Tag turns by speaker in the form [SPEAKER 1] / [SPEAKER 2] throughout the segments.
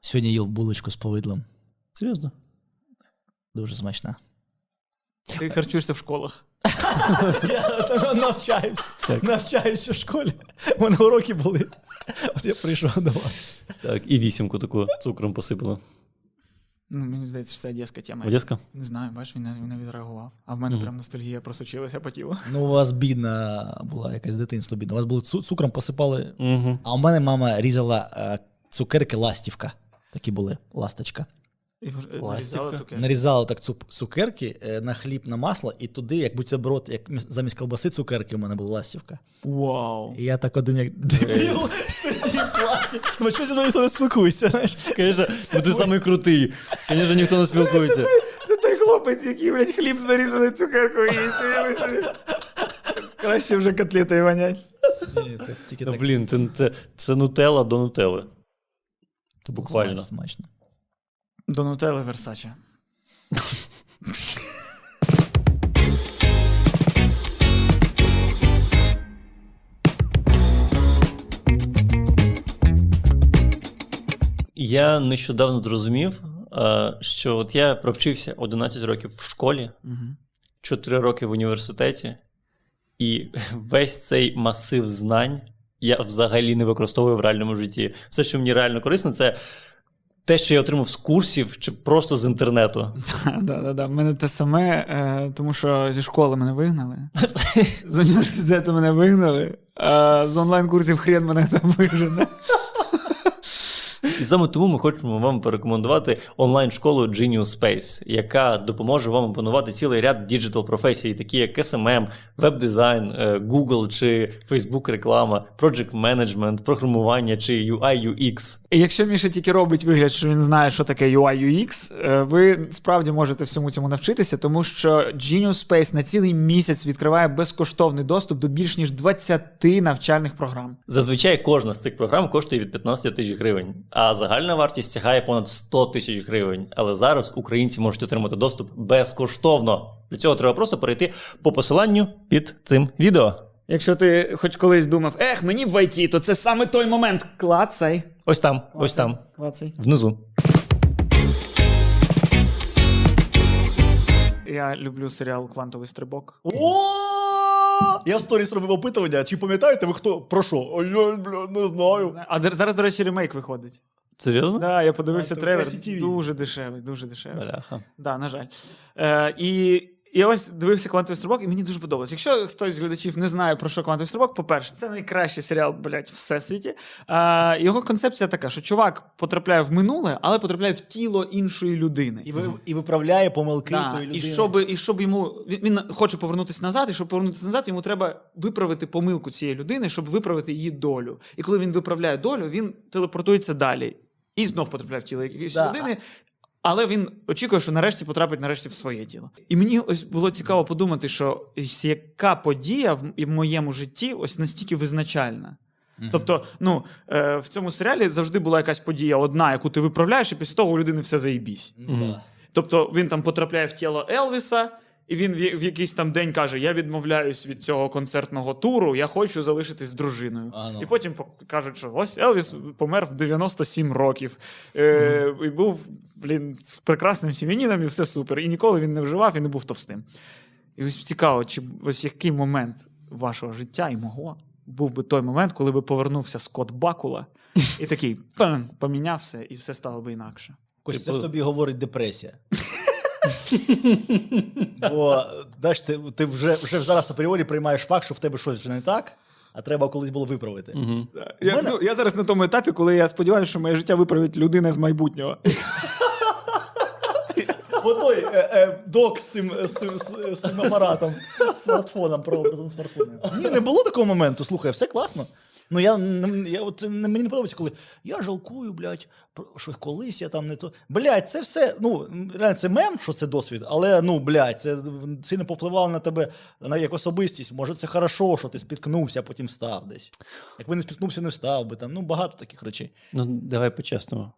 [SPEAKER 1] Сьогодні їв булочку з повидлом. Серйозно? Дуже смачна.
[SPEAKER 2] Ти харчуєшся в школах.
[SPEAKER 1] Я навчаюся. Навчаюся в школі. У мене уроки були. От я прийшов до вас.
[SPEAKER 3] Так, і вісімку таку цукром посипали.
[SPEAKER 2] Ну, мені здається, що це одеська тема.
[SPEAKER 3] Одеська?
[SPEAKER 2] Не знаю, бачиш, він не, він не відреагував. А в мене прям ностальгія просочилася по тілу.
[SPEAKER 1] Ну, у вас бідна була якась дитинство бідна. У вас були цу- цукром посипали.
[SPEAKER 3] Угу.
[SPEAKER 1] А у мене мама різала е, цукерки ластівка. Такі були, ласточка.
[SPEAKER 2] І вже
[SPEAKER 3] Ластівка.
[SPEAKER 2] нарізала цукерки.
[SPEAKER 1] Нарізала так цуп- цукерки е, на хліб, на масло, і туди, як бутерброд, як міс- замість колбаси цукерки у мене була ластівка.
[SPEAKER 2] Вау.
[SPEAKER 1] І я так один як дебіл сидів в класі. Ну що зі мною ніхто не спілкується, знаєш?
[SPEAKER 3] Конечно, ну ти самий крутий. Конечно, ніхто не спілкується.
[SPEAKER 2] Це той хлопець, який, блядь, хліб з нарізаною цукеркою їсть. Краще вже котлети вонять.
[SPEAKER 1] Ні, так тільки
[SPEAKER 3] Ну,
[SPEAKER 1] так.
[SPEAKER 3] блін, це, це, це нутелла до нутелли. Буквально.
[SPEAKER 1] Смач- Смачно.
[SPEAKER 2] До нутелли Версаче.
[SPEAKER 3] Я нещодавно зрозумів, е, що от я провчився 11 років в школі, 4 роки в університеті, і весь цей масив знань я взагалі не використовую в реальному житті. Все, що мені реально корисно, це те, що я отримав з курсів чи просто з інтернету.
[SPEAKER 2] Да, да, да. Мене те саме, е, тому що зі школи мене вигнали, з університету мене вигнали, а з онлайн-курсів хрен мене там вижене.
[SPEAKER 3] І саме тому ми хочемо вам порекомендувати онлайн-школу Genius Space, яка допоможе вам опанувати цілий ряд діджитал професій, такі як SMM, веб-дизайн, е, Google чи Facebook реклама, Project Management, програмування чи UI UX.
[SPEAKER 2] І якщо Міша тільки робить вигляд, що він знає, що таке UI UX, е, ви справді можете всьому цьому навчитися, тому що Genius Space на цілий місяць відкриває безкоштовний доступ до більш ніж 20 навчальних програм.
[SPEAKER 3] Зазвичай кожна з цих програм коштує від 15 тисяч гривень, а загальна вартість сягає понад 100 тисяч гривень. Але зараз українці можуть отримати доступ безкоштовно. Для цього треба просто перейти по посиланню під цим відео.
[SPEAKER 2] Якщо ти хоч колись думав, ех, мені в IT, то це саме той момент. Клацай.
[SPEAKER 3] Ось там, ось там,
[SPEAKER 2] Клацай.
[SPEAKER 3] внизу.
[SPEAKER 2] Я люблю серіал Квантовий стрибок.
[SPEAKER 1] О! Я в сторіс робив опитування. Чи пам'ятаєте ви хто про що? Ой, я бля, не знаю.
[SPEAKER 2] А де- зараз, до речі, ремейк виходить.
[SPEAKER 3] Серйозно?
[SPEAKER 2] Да, я
[SPEAKER 1] А,
[SPEAKER 2] подивився
[SPEAKER 1] то в
[SPEAKER 2] трейлер.
[SPEAKER 1] ICTV.
[SPEAKER 2] Дуже дешевий, дуже дешевий.
[SPEAKER 3] Бляха.
[SPEAKER 2] Да, на жаль. Е, і я ось дивився квантовий стрибок, і мені дуже подобалось. Якщо хтось з глядачів не знає про що квантовий стрибок, по-перше, це найкращий серіал, блядь, в всесвіті. Е, його концепція така, що чувак потрапляє в минуле, але потрапляє в тіло іншої людини.
[SPEAKER 1] І, ви, і виправляє помилки
[SPEAKER 2] Да,
[SPEAKER 1] тої людини.
[SPEAKER 2] І щоб, і щоб йому він, він хоче повернутися назад, і щоб повернутися назад, йому треба виправити помилку цієї людини, щоб виправити її долю. І коли він виправляє долю, він телепортується далі і знов потрапляє в тіло якоїсь
[SPEAKER 1] Да.
[SPEAKER 2] людини. Але він очікує, що нарешті потрапить нарешті в своє тіло. І мені ось було цікаво подумати, що ось яка подія в м- моєму житті ось настільки визначальна.
[SPEAKER 1] Мгм.
[SPEAKER 2] Тобто, ну е, в цьому серіалі завжди була якась подія одна, яку ти виправляєш, і після того у людини все заїбісь.
[SPEAKER 1] Да.
[SPEAKER 2] Тобто він там потрапляє в тіло Елвіса, і він в я- в якийсь там день каже: Я відмовляюсь від цього концертного туру, я хочу залишитись з дружиною.
[SPEAKER 1] А, ну.
[SPEAKER 2] І потім пок- кажуть, що ось Елвіс помер в 97 років. Е, І був блін, з прекрасним сім'янином, і все супер. І ніколи він не вживав і не був товстим. І ось цікаво, чи ось який момент вашого життя і мого був би той момент, коли би повернувся Скотт Бакула і такий «Пам!» помінявся, і все стало би інакше.
[SPEAKER 1] Костя, це
[SPEAKER 3] Типу-
[SPEAKER 1] в тобі говорить депресія. Бо знаєш, ти, ти вже, вже зараз апріорі приймаєш факт, що в тебе щось вже не так, а треба колись було виправити.
[SPEAKER 3] Угу.
[SPEAKER 2] Я,
[SPEAKER 1] мене-
[SPEAKER 2] ну, я зараз на тому етапі, коли я сподіваюся, що моє життя виправить людина з майбутнього.
[SPEAKER 1] Бо той е, е, док з цим, з цим, з цим апаратом, смартфоном, прообразом смартфона. Ні, не було такого моменту, слухай, все класно. Ну я, не- я от, це не- мені не подобається, коли я жалкую, блядь, про- що колись я там не то. Блядь, це все, ну, реально, це мем, що це досвід, але ну, блядь, це сильно повпливало на тебе на як особистість. Може, це хорошо, що ти спіткнувся, а потім став десь. Якби не спіткнувся, не встав би там. Ну, багато таких речей.
[SPEAKER 3] Ну, давай по-чесному.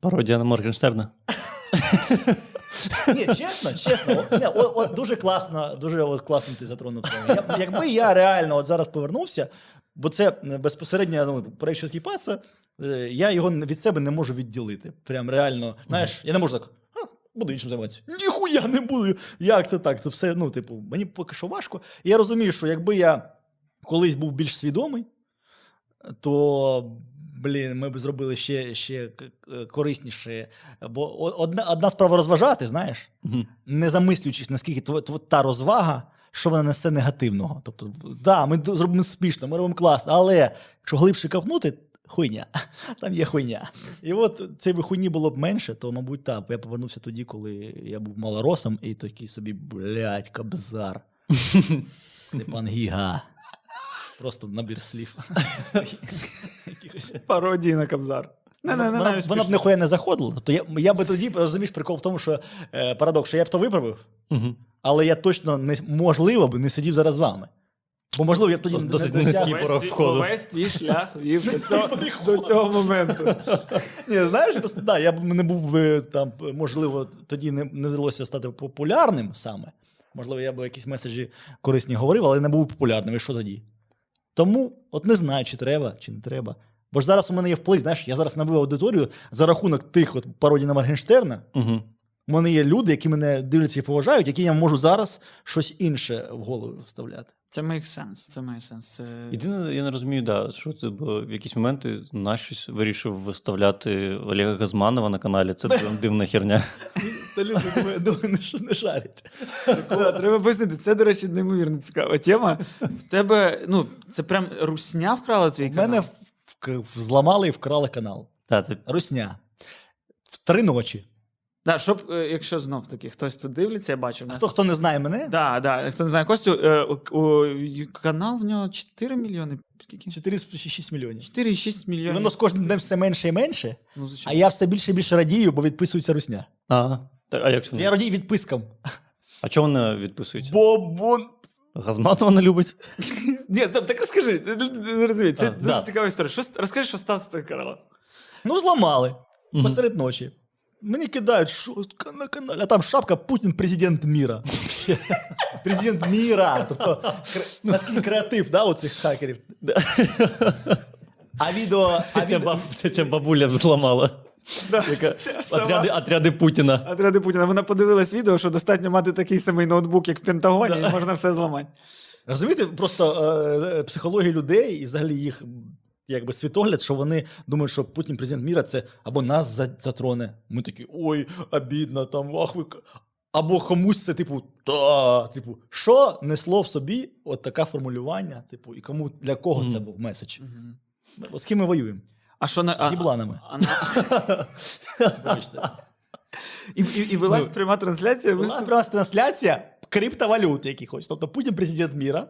[SPEAKER 3] Пародія на Моргенштерна.
[SPEAKER 1] Ні, чесно, чесно, от, ні, от, от дуже класно, дуже от класно ти затронув. тему. Я, якби я реально от зараз повернувся Бо це е, безпосередньо ну, проект «Щось Кіпаса, е, я його не- від себе не можу відділити. Прям реально, знаєш, я не можу так. «А, Буду іншим займатися. Ніхуя не буду. Як це так? Це все, ну, типу, мені поки що важко. І я розумію, що якби я колись був більш свідомий, то. Блін, ми б зробили ще, ще к- к- е, корисніше. Бо о- одна, одна справа розважати, знаєш,
[SPEAKER 3] Мгм.
[SPEAKER 1] не замислюючись, наскільки тво- тво- та розвага, що вона несе негативного. Тобто, да, ми ду- зробимо спішно, ми робимо класно, але якщо глибше копнути, хуйня. Там є хуйня. І от цей би хуйні було б менше, то, мабуть, так. Я повернувся тоді, коли я був малоросом, і такий собі, блядь, кабзар. Степан Гіга. Просто набір слів. Якихось.
[SPEAKER 2] Пародії на Кабзар. Не, не, не,
[SPEAKER 1] Вона,
[SPEAKER 2] навіть
[SPEAKER 1] вона б
[SPEAKER 2] смішно.
[SPEAKER 1] ніхуя не заходила. Тобто я, я би тоді розумієш прикол в тому, що е, парадокс, що я б то виправив,
[SPEAKER 3] Мгм.
[SPEAKER 1] але я точно не можливо б не сидів зараз з вами. Бо можливо, я б тоді
[SPEAKER 3] Дос-
[SPEAKER 1] не-
[SPEAKER 3] досить
[SPEAKER 1] не досяг-
[SPEAKER 3] низький.
[SPEAKER 2] Весь
[SPEAKER 3] порог
[SPEAKER 2] твій- ну,
[SPEAKER 3] входу.
[SPEAKER 2] Весь твій шлях вів до цього, до цього моменту.
[SPEAKER 1] Ні, знаєш, просто, да, я б не був би там, можливо, тоді не, не вдалося стати популярним саме. Можливо, я б якісь меседжі корисні говорив, але не був популярним. І що тоді? Тому, от не знаю, чи треба, чи не треба. Бо ж зараз у мене є вплив, знаєш, я зараз набив аудиторію за рахунок тих от пародій на Моргенштерна.
[SPEAKER 3] Мгм.
[SPEAKER 1] У мене є люди, які мене дивляться і поважають, які я можу зараз щось інше в голову вставляти.
[SPEAKER 2] Це має сенс. Це має сенс. Це...
[SPEAKER 3] Єдине, я не розумію, да, що ти бо в якісь моменти на щось вирішив виставляти Олега Газманова на каналі. Це див- дивна херня.
[SPEAKER 1] Та люди думаю, що не шарять.
[SPEAKER 2] Да, треба пояснити. Це, до речі, неймовірно цікава тема. Тебе, ну, це прям русня вкрала твій
[SPEAKER 1] В
[SPEAKER 2] канал?
[SPEAKER 1] мене в- в- зламали і вкрали канал.
[SPEAKER 3] Та, це
[SPEAKER 1] Русня. В три ночі.
[SPEAKER 2] Да, щоб, е, якщо знов таки хтось тут дивиться, я бачу. в нас-
[SPEAKER 1] Хто хто не знає мене,
[SPEAKER 2] Да, да, хто не знає Костю, е, у- у- й- канал в нього 4 мільйони. Скільки?
[SPEAKER 1] 4,6 мільйонів.
[SPEAKER 2] 4,6
[SPEAKER 1] І
[SPEAKER 2] мільйонів.
[SPEAKER 1] воно з кожним днем все менше і менше,
[SPEAKER 2] Ну, звичайно.
[SPEAKER 1] а я все більше і більше радію, бо відписується русня.
[SPEAKER 3] А, так, а як
[SPEAKER 1] Я
[SPEAKER 3] це?
[SPEAKER 1] радію відпискам.
[SPEAKER 3] А чого вона відписується?
[SPEAKER 1] Бо, бо...
[SPEAKER 3] Газманова не любить.
[SPEAKER 2] Ні, Стас, так розкажи, не- не не розумію. Це
[SPEAKER 3] А,
[SPEAKER 2] дуже
[SPEAKER 3] да.
[SPEAKER 2] цікава історія. Що, с- розкажи, що сталося з цього каналом.
[SPEAKER 1] Ну, зламали
[SPEAKER 3] Мгм.
[SPEAKER 1] посеред ночі. Мені кидають, що к- на каналі, а там шапка Путін президент міра. президент міра. Тобто, кре- наскільки креатив, да, у цих хакерів. а відео. А
[SPEAKER 3] Це ця,
[SPEAKER 1] відео...
[SPEAKER 3] баб, це ця бабуля взламала. Яка...
[SPEAKER 2] Ця сама.
[SPEAKER 3] Отряди, отряди Путіна.
[SPEAKER 2] Отряди Путіна. Вона подивилась відео, що достатньо мати такий самий ноутбук, як в Пентагоні, і можна все зламати.
[SPEAKER 1] Розумієте, просто е, е, психологію людей і взагалі їх м, якби світогляд, що вони думають, що Путін президент міра це або нас за- затроне. Ми такі, ой, обідно, там ах ви. к-». Або комусь це, типу, та, типу, що несло в собі от таке формулювання, типу, і кому для кого це
[SPEAKER 3] Мгм.
[SPEAKER 1] був меседж? Бо З ким ми воюємо?
[SPEAKER 2] А що на. а-
[SPEAKER 1] Гібланами.
[SPEAKER 2] а на-
[SPEAKER 1] Вибачте.
[SPEAKER 2] І, і, і
[SPEAKER 3] Ну,
[SPEAKER 2] велась пряма трансляція.
[SPEAKER 1] Була
[SPEAKER 2] виступ.
[SPEAKER 1] в нас трансляція криптовалют якихось. Тобто Путін президент міра.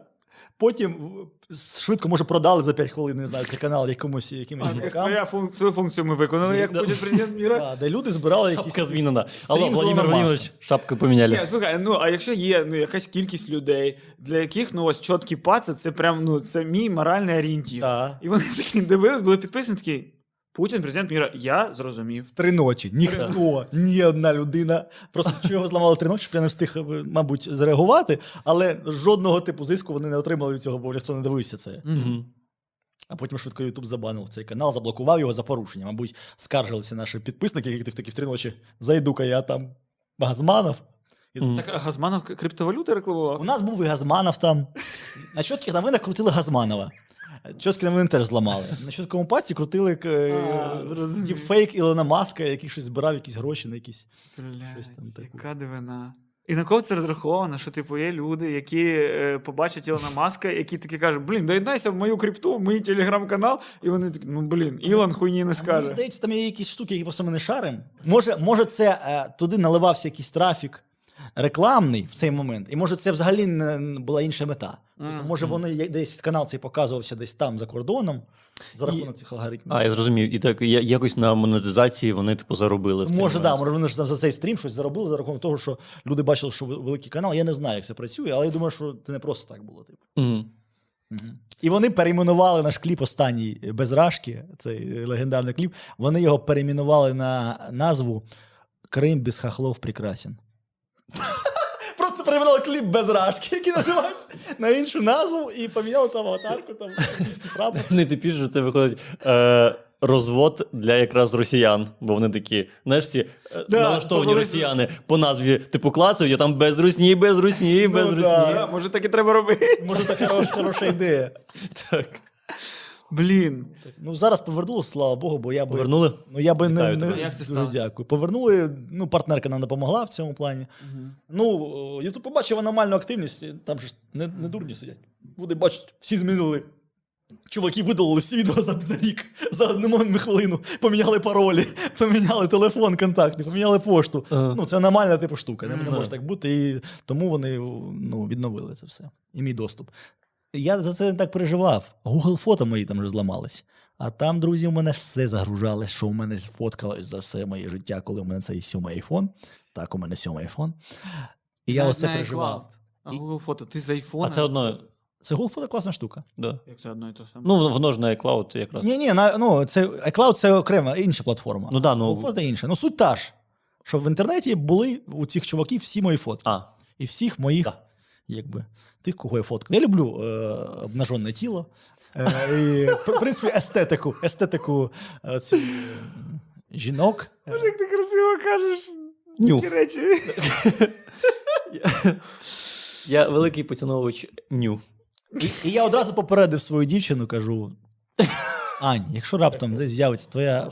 [SPEAKER 1] Потім в- швидко, може, продали за 5 хвилин, не знаю, цей канал якомусь якимось
[SPEAKER 2] А,
[SPEAKER 1] чувакам.
[SPEAKER 2] своя функ- Свою функцію ми виконали, як
[SPEAKER 3] Да.
[SPEAKER 2] Путін президент міра.
[SPEAKER 1] Да, де люди збирали якісь.
[SPEAKER 3] Шапка змінена. Алло,
[SPEAKER 1] Стрім
[SPEAKER 3] Владимир
[SPEAKER 1] Ілона
[SPEAKER 3] Владимирович, шапку поміняли.
[SPEAKER 2] Ні, слухай, ну а якщо є ну якась кількість людей, для яких ну ось чіткі паці, це прям ну це мій моральний орієнтір.
[SPEAKER 1] Да.
[SPEAKER 2] І вони такі дивились, були підписані такі. Путін, президент міра, я зрозумів.
[SPEAKER 1] Три ночі. Ніхто, ні одна людина. Просто чого його зламали три ночі, щоб я не встиг, е, мабуть, зреагувати, але жодного типу зиску вони не отримали від цього, бо ніхто не дивився це.
[SPEAKER 3] Мгм.
[SPEAKER 1] А потім швидко Ютуб забанив цей канал, заблокував його за порушення. Мабуть, скаржилися наші підписники, які в такі в три ночі зайду-ка я там Газманов. І
[SPEAKER 3] Мгм.
[SPEAKER 2] Так а Газманов к- криптовалюти
[SPEAKER 1] У
[SPEAKER 2] рекламував?
[SPEAKER 1] нас був і Газманов там. На чітких новинах крутили Газманова. Чіткі новини теж зламали. На чіткому пасі крутили к-
[SPEAKER 2] А, зрозумів.
[SPEAKER 1] діпфейк Ілона Маска, який щось збирав якісь гроші на якісь. щось там
[SPEAKER 2] Блядь,
[SPEAKER 1] таке.
[SPEAKER 2] яка дивина. І на кого це розраховано, що типу є люди, які е, побачать Ілона Маска, які такі кажуть, блін, доєднайся в мою крипту, в мій телеграм-канал. І вони такі, ну блін, Ілон хуйні не
[SPEAKER 1] Мені
[SPEAKER 2] скаже.
[SPEAKER 1] ну, здається, там є якісь штуки, які просто ми не шаримо. Може, може, це е, туди наливався якийсь трафік рекламний в цей момент, і може, це взагалі не була інша мета. Тобто,
[SPEAKER 2] Мгм.
[SPEAKER 1] може, вони є- десь канал цей показувався десь там за кордоном за рахунок цих алгоритмів.
[SPEAKER 3] А, я зрозумів. І так я- якось на монетизації вони типу заробили. в цей
[SPEAKER 1] Може, да,
[SPEAKER 3] момент.
[SPEAKER 1] може, вони ж там за цей стрім щось заробили за рахунок того, що люди бачили, що ви- великий канал. Я не знаю, як це працює, але я думаю, що це не просто так було. Типу.
[SPEAKER 3] Мгм.
[SPEAKER 1] І вони перейменували наш кліп останній безрашки, цей легендарний кліп. Вони його перейменували на назву Крим без хахлов прекрасен. Просто перевели кліп без рашки, який називається на іншу назву, і поміняли там аватарку, там російський прапор.
[SPEAKER 3] Найтипіше, типу, що це виходить. Е, Розвод для якраз росіян, бо вони такі, знаєш, ці е,
[SPEAKER 1] Да, тобто
[SPEAKER 3] налаштовані
[SPEAKER 1] вони-
[SPEAKER 3] росіяни по назві типу класу, я там без русні, без русні, без
[SPEAKER 1] Ну,
[SPEAKER 3] русні.
[SPEAKER 1] да.
[SPEAKER 2] Да, Може, так і треба робити.
[SPEAKER 1] Може, це хороша, хороша ідея.
[SPEAKER 3] Так.
[SPEAKER 2] Блін.
[SPEAKER 1] Ну зараз повернулося, слава Богу, бо я би.
[SPEAKER 3] Повернули?
[SPEAKER 1] Ну я би
[SPEAKER 3] Вітаю
[SPEAKER 1] не,
[SPEAKER 3] тебе.
[SPEAKER 1] не
[SPEAKER 2] Як це
[SPEAKER 1] дуже
[SPEAKER 2] сталося?
[SPEAKER 1] дякую. Повернули. Ну, партнерка нам допомогла в цьому плані. Ну, о, YouTube побачив аномальну активність, і там же ж не, не дурні сидять. Вони бачать, всі змінили. Чуваки видалили всі відео за, за рік, за одну хвилину, поміняли паролі, поміняли телефон контактний, поміняли пошту.
[SPEAKER 3] Ага.
[SPEAKER 1] Ну, це аномальна типу штука, не, не
[SPEAKER 2] Мгм.
[SPEAKER 1] може так бути. І тому вони ну, відновили це все. І мій доступ. Я за це не так переживав. Google фото мої там вже зламались. А там, друзі, у мене все загружалось, що у мене фоткалось за все моє життя, коли у мене цей сьомий айфон. Так, у мене сьомий айфон. І я
[SPEAKER 2] На-
[SPEAKER 1] ось це
[SPEAKER 2] на
[SPEAKER 1] переживав.
[SPEAKER 2] iCloud. А Google фото, ти з
[SPEAKER 1] Ну,
[SPEAKER 2] айфона.
[SPEAKER 3] А це одно.
[SPEAKER 1] Це Google фото класна штука.
[SPEAKER 3] Да.
[SPEAKER 2] Як це одно і те саме?
[SPEAKER 3] Ну, воно- воно ж на iCloud якраз.
[SPEAKER 1] Ні, ні, на, ну це iCloud це окрема інша платформа.
[SPEAKER 3] Ну да,
[SPEAKER 1] Google
[SPEAKER 3] ну.
[SPEAKER 1] фото інша. Ну суть та ж, що в інтернеті були у цих чуваків всі мої фотки.
[SPEAKER 3] А,
[SPEAKER 1] І всіх моїх,
[SPEAKER 3] Да.
[SPEAKER 1] якби, тих, кого я фоткав. Я люблю е, обнажене тіло. Е, і, в принципі, естетику, естетику е, ці, м, жінок.
[SPEAKER 2] Боже, як ти красиво кажеш
[SPEAKER 3] Ню.
[SPEAKER 2] ті речі.
[SPEAKER 3] я великий поціновувач ню.
[SPEAKER 1] І, і я одразу попередив свою дівчину, кажу: Ань, якщо раптом десь з'явиться твоя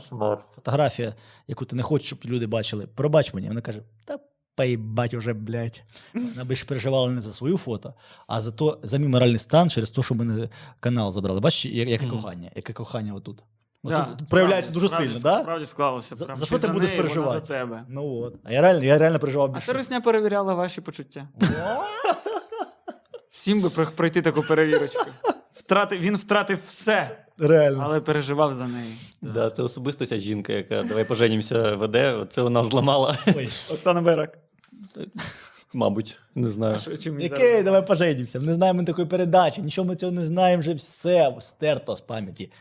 [SPEAKER 1] фотографія, яку ти не хочеш, щоб люди бачили, пробач мені. Вона каже: та поїбать уже, блядь. Вона більше переживала не за свою фото, а за то за мій моральний стан через те, що мене канал забрали. Бачиш, я- яке
[SPEAKER 3] Мгм.
[SPEAKER 1] кохання, яке кохання отут.
[SPEAKER 2] Да,
[SPEAKER 1] Отут Ну, проявляється дуже
[SPEAKER 2] справді-
[SPEAKER 1] сильно, да?
[SPEAKER 2] Справді склалося.
[SPEAKER 1] За-
[SPEAKER 2] прям.
[SPEAKER 1] за що ти
[SPEAKER 2] за
[SPEAKER 1] будеш
[SPEAKER 2] неї, вона
[SPEAKER 1] переживати?
[SPEAKER 2] За тебе.
[SPEAKER 1] Ну от. А я реально, я реально переживав
[SPEAKER 2] А це
[SPEAKER 1] більше.
[SPEAKER 2] русня перевіряла ваші почуття. Всім би про- пройти таку перевірочку. Втрати, він втратив все,
[SPEAKER 1] Реально.
[SPEAKER 2] але переживав за неї.
[SPEAKER 3] Да, це особисто ця жінка, яка давай поженімося веде. Це вона зламала,
[SPEAKER 1] Ой.
[SPEAKER 2] Оксана Берак.
[SPEAKER 3] мабуть, не знаю.
[SPEAKER 2] Чим їй
[SPEAKER 1] Який,
[SPEAKER 2] зараз?
[SPEAKER 1] давай поженимося. Не знаємо ми такої передачі, нічого ми цього не знаємо, вже все стерто з пам'яті.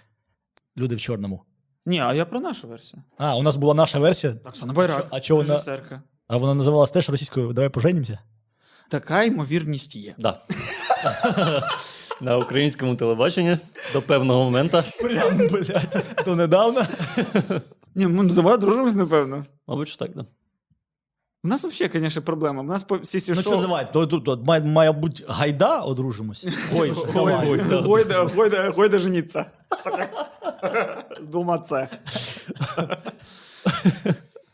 [SPEAKER 1] Люди в чорному.
[SPEAKER 2] Ні, а я про нашу версію.
[SPEAKER 1] А, у нас була наша версія,
[SPEAKER 2] Оксана Байрак.
[SPEAKER 1] А чого вона-
[SPEAKER 2] режисерка.
[SPEAKER 1] а вона називалась теж російською Давай поженімося.
[SPEAKER 2] Така ймовірність є.
[SPEAKER 3] Да. На українському телебаченні до певного моменту.
[SPEAKER 1] Прям, блядь, то недавно.
[SPEAKER 2] Ні, ну давай дружимось, напевно.
[SPEAKER 3] Мабуть, що так, да.
[SPEAKER 2] У нас взагалі, звісно, проблема. У нас по всі ці
[SPEAKER 1] Ну що,
[SPEAKER 2] шоу...
[SPEAKER 1] давай, то, то, то має, має бути гайда, одружимось. Ой,
[SPEAKER 2] Гой-
[SPEAKER 1] давай.
[SPEAKER 3] ой, да.
[SPEAKER 2] Гойда, гойда, гойда жениться. З двома це.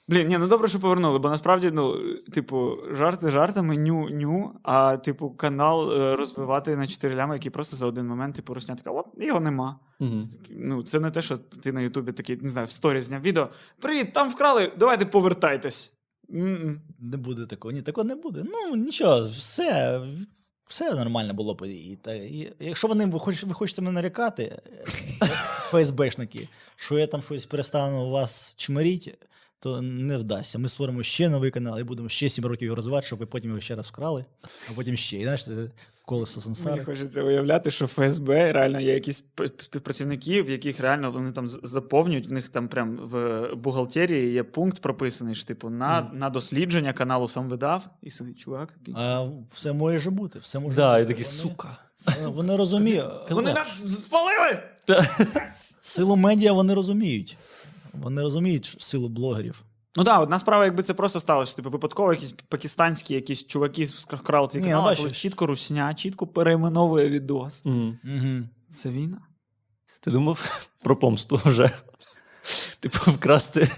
[SPEAKER 2] Блін, ні, ну добре, що повернули, бо насправді, ну, типу, жарти жартами, ню, ню, а типу, канал е, розвивати на чотири лями, який просто за один момент, типу, русня така, оп, його нема.
[SPEAKER 3] Мгм.
[SPEAKER 2] Ну, це не те, що ти на Ютубі такий, не знаю, в сторі зняв відео. Привіт, там вкрали, давайте повертайтесь. М-м.
[SPEAKER 1] Не буде такого. Ні, такого не буде. Ну нічого, все. Все нормально було б. І, та, і, якщо вони ви хочете, ви хочете мене нарікати, е, ФСБшники, що я там щось перестану вас чмиріть, то не вдасться. Ми створимо ще новий канал і будемо ще 7 років його розвивати, щоб ви потім його ще раз вкрали, а потім ще. І знаєш, це колесо
[SPEAKER 2] Мені
[SPEAKER 1] сансари.
[SPEAKER 2] хочеться уявляти, що ФСБ реально є якісь п- співпрацівники, в яких реально вони там з- заповнюють. У них там прям в бухгалтерії є пункт прописаний, що типу на, на дослідження каналу сам видав. І сидить чувак. такий,
[SPEAKER 1] А все може ж бути, все може
[SPEAKER 3] Да,
[SPEAKER 1] бути.
[SPEAKER 3] і такий
[SPEAKER 1] Вони-
[SPEAKER 3] сука.
[SPEAKER 1] Вони, вони розуміють.
[SPEAKER 3] Теле.
[SPEAKER 2] Вони нас спалили!
[SPEAKER 1] Силу медіа вони розуміють. Вони розуміють силу блогерів.
[SPEAKER 2] Ну так, одна справа, якби це просто сталося, що, типу випадково якісь пакистанські якісь чуваки ск- вкрали твій
[SPEAKER 1] Ні,
[SPEAKER 2] канал, а
[SPEAKER 1] бачиш.
[SPEAKER 2] коли чітко русня, чітко перейменовує відос.
[SPEAKER 3] Мгм.
[SPEAKER 1] Угу.
[SPEAKER 2] Це війна.
[SPEAKER 3] Ти думав про помсту вже? Типу, вкрасти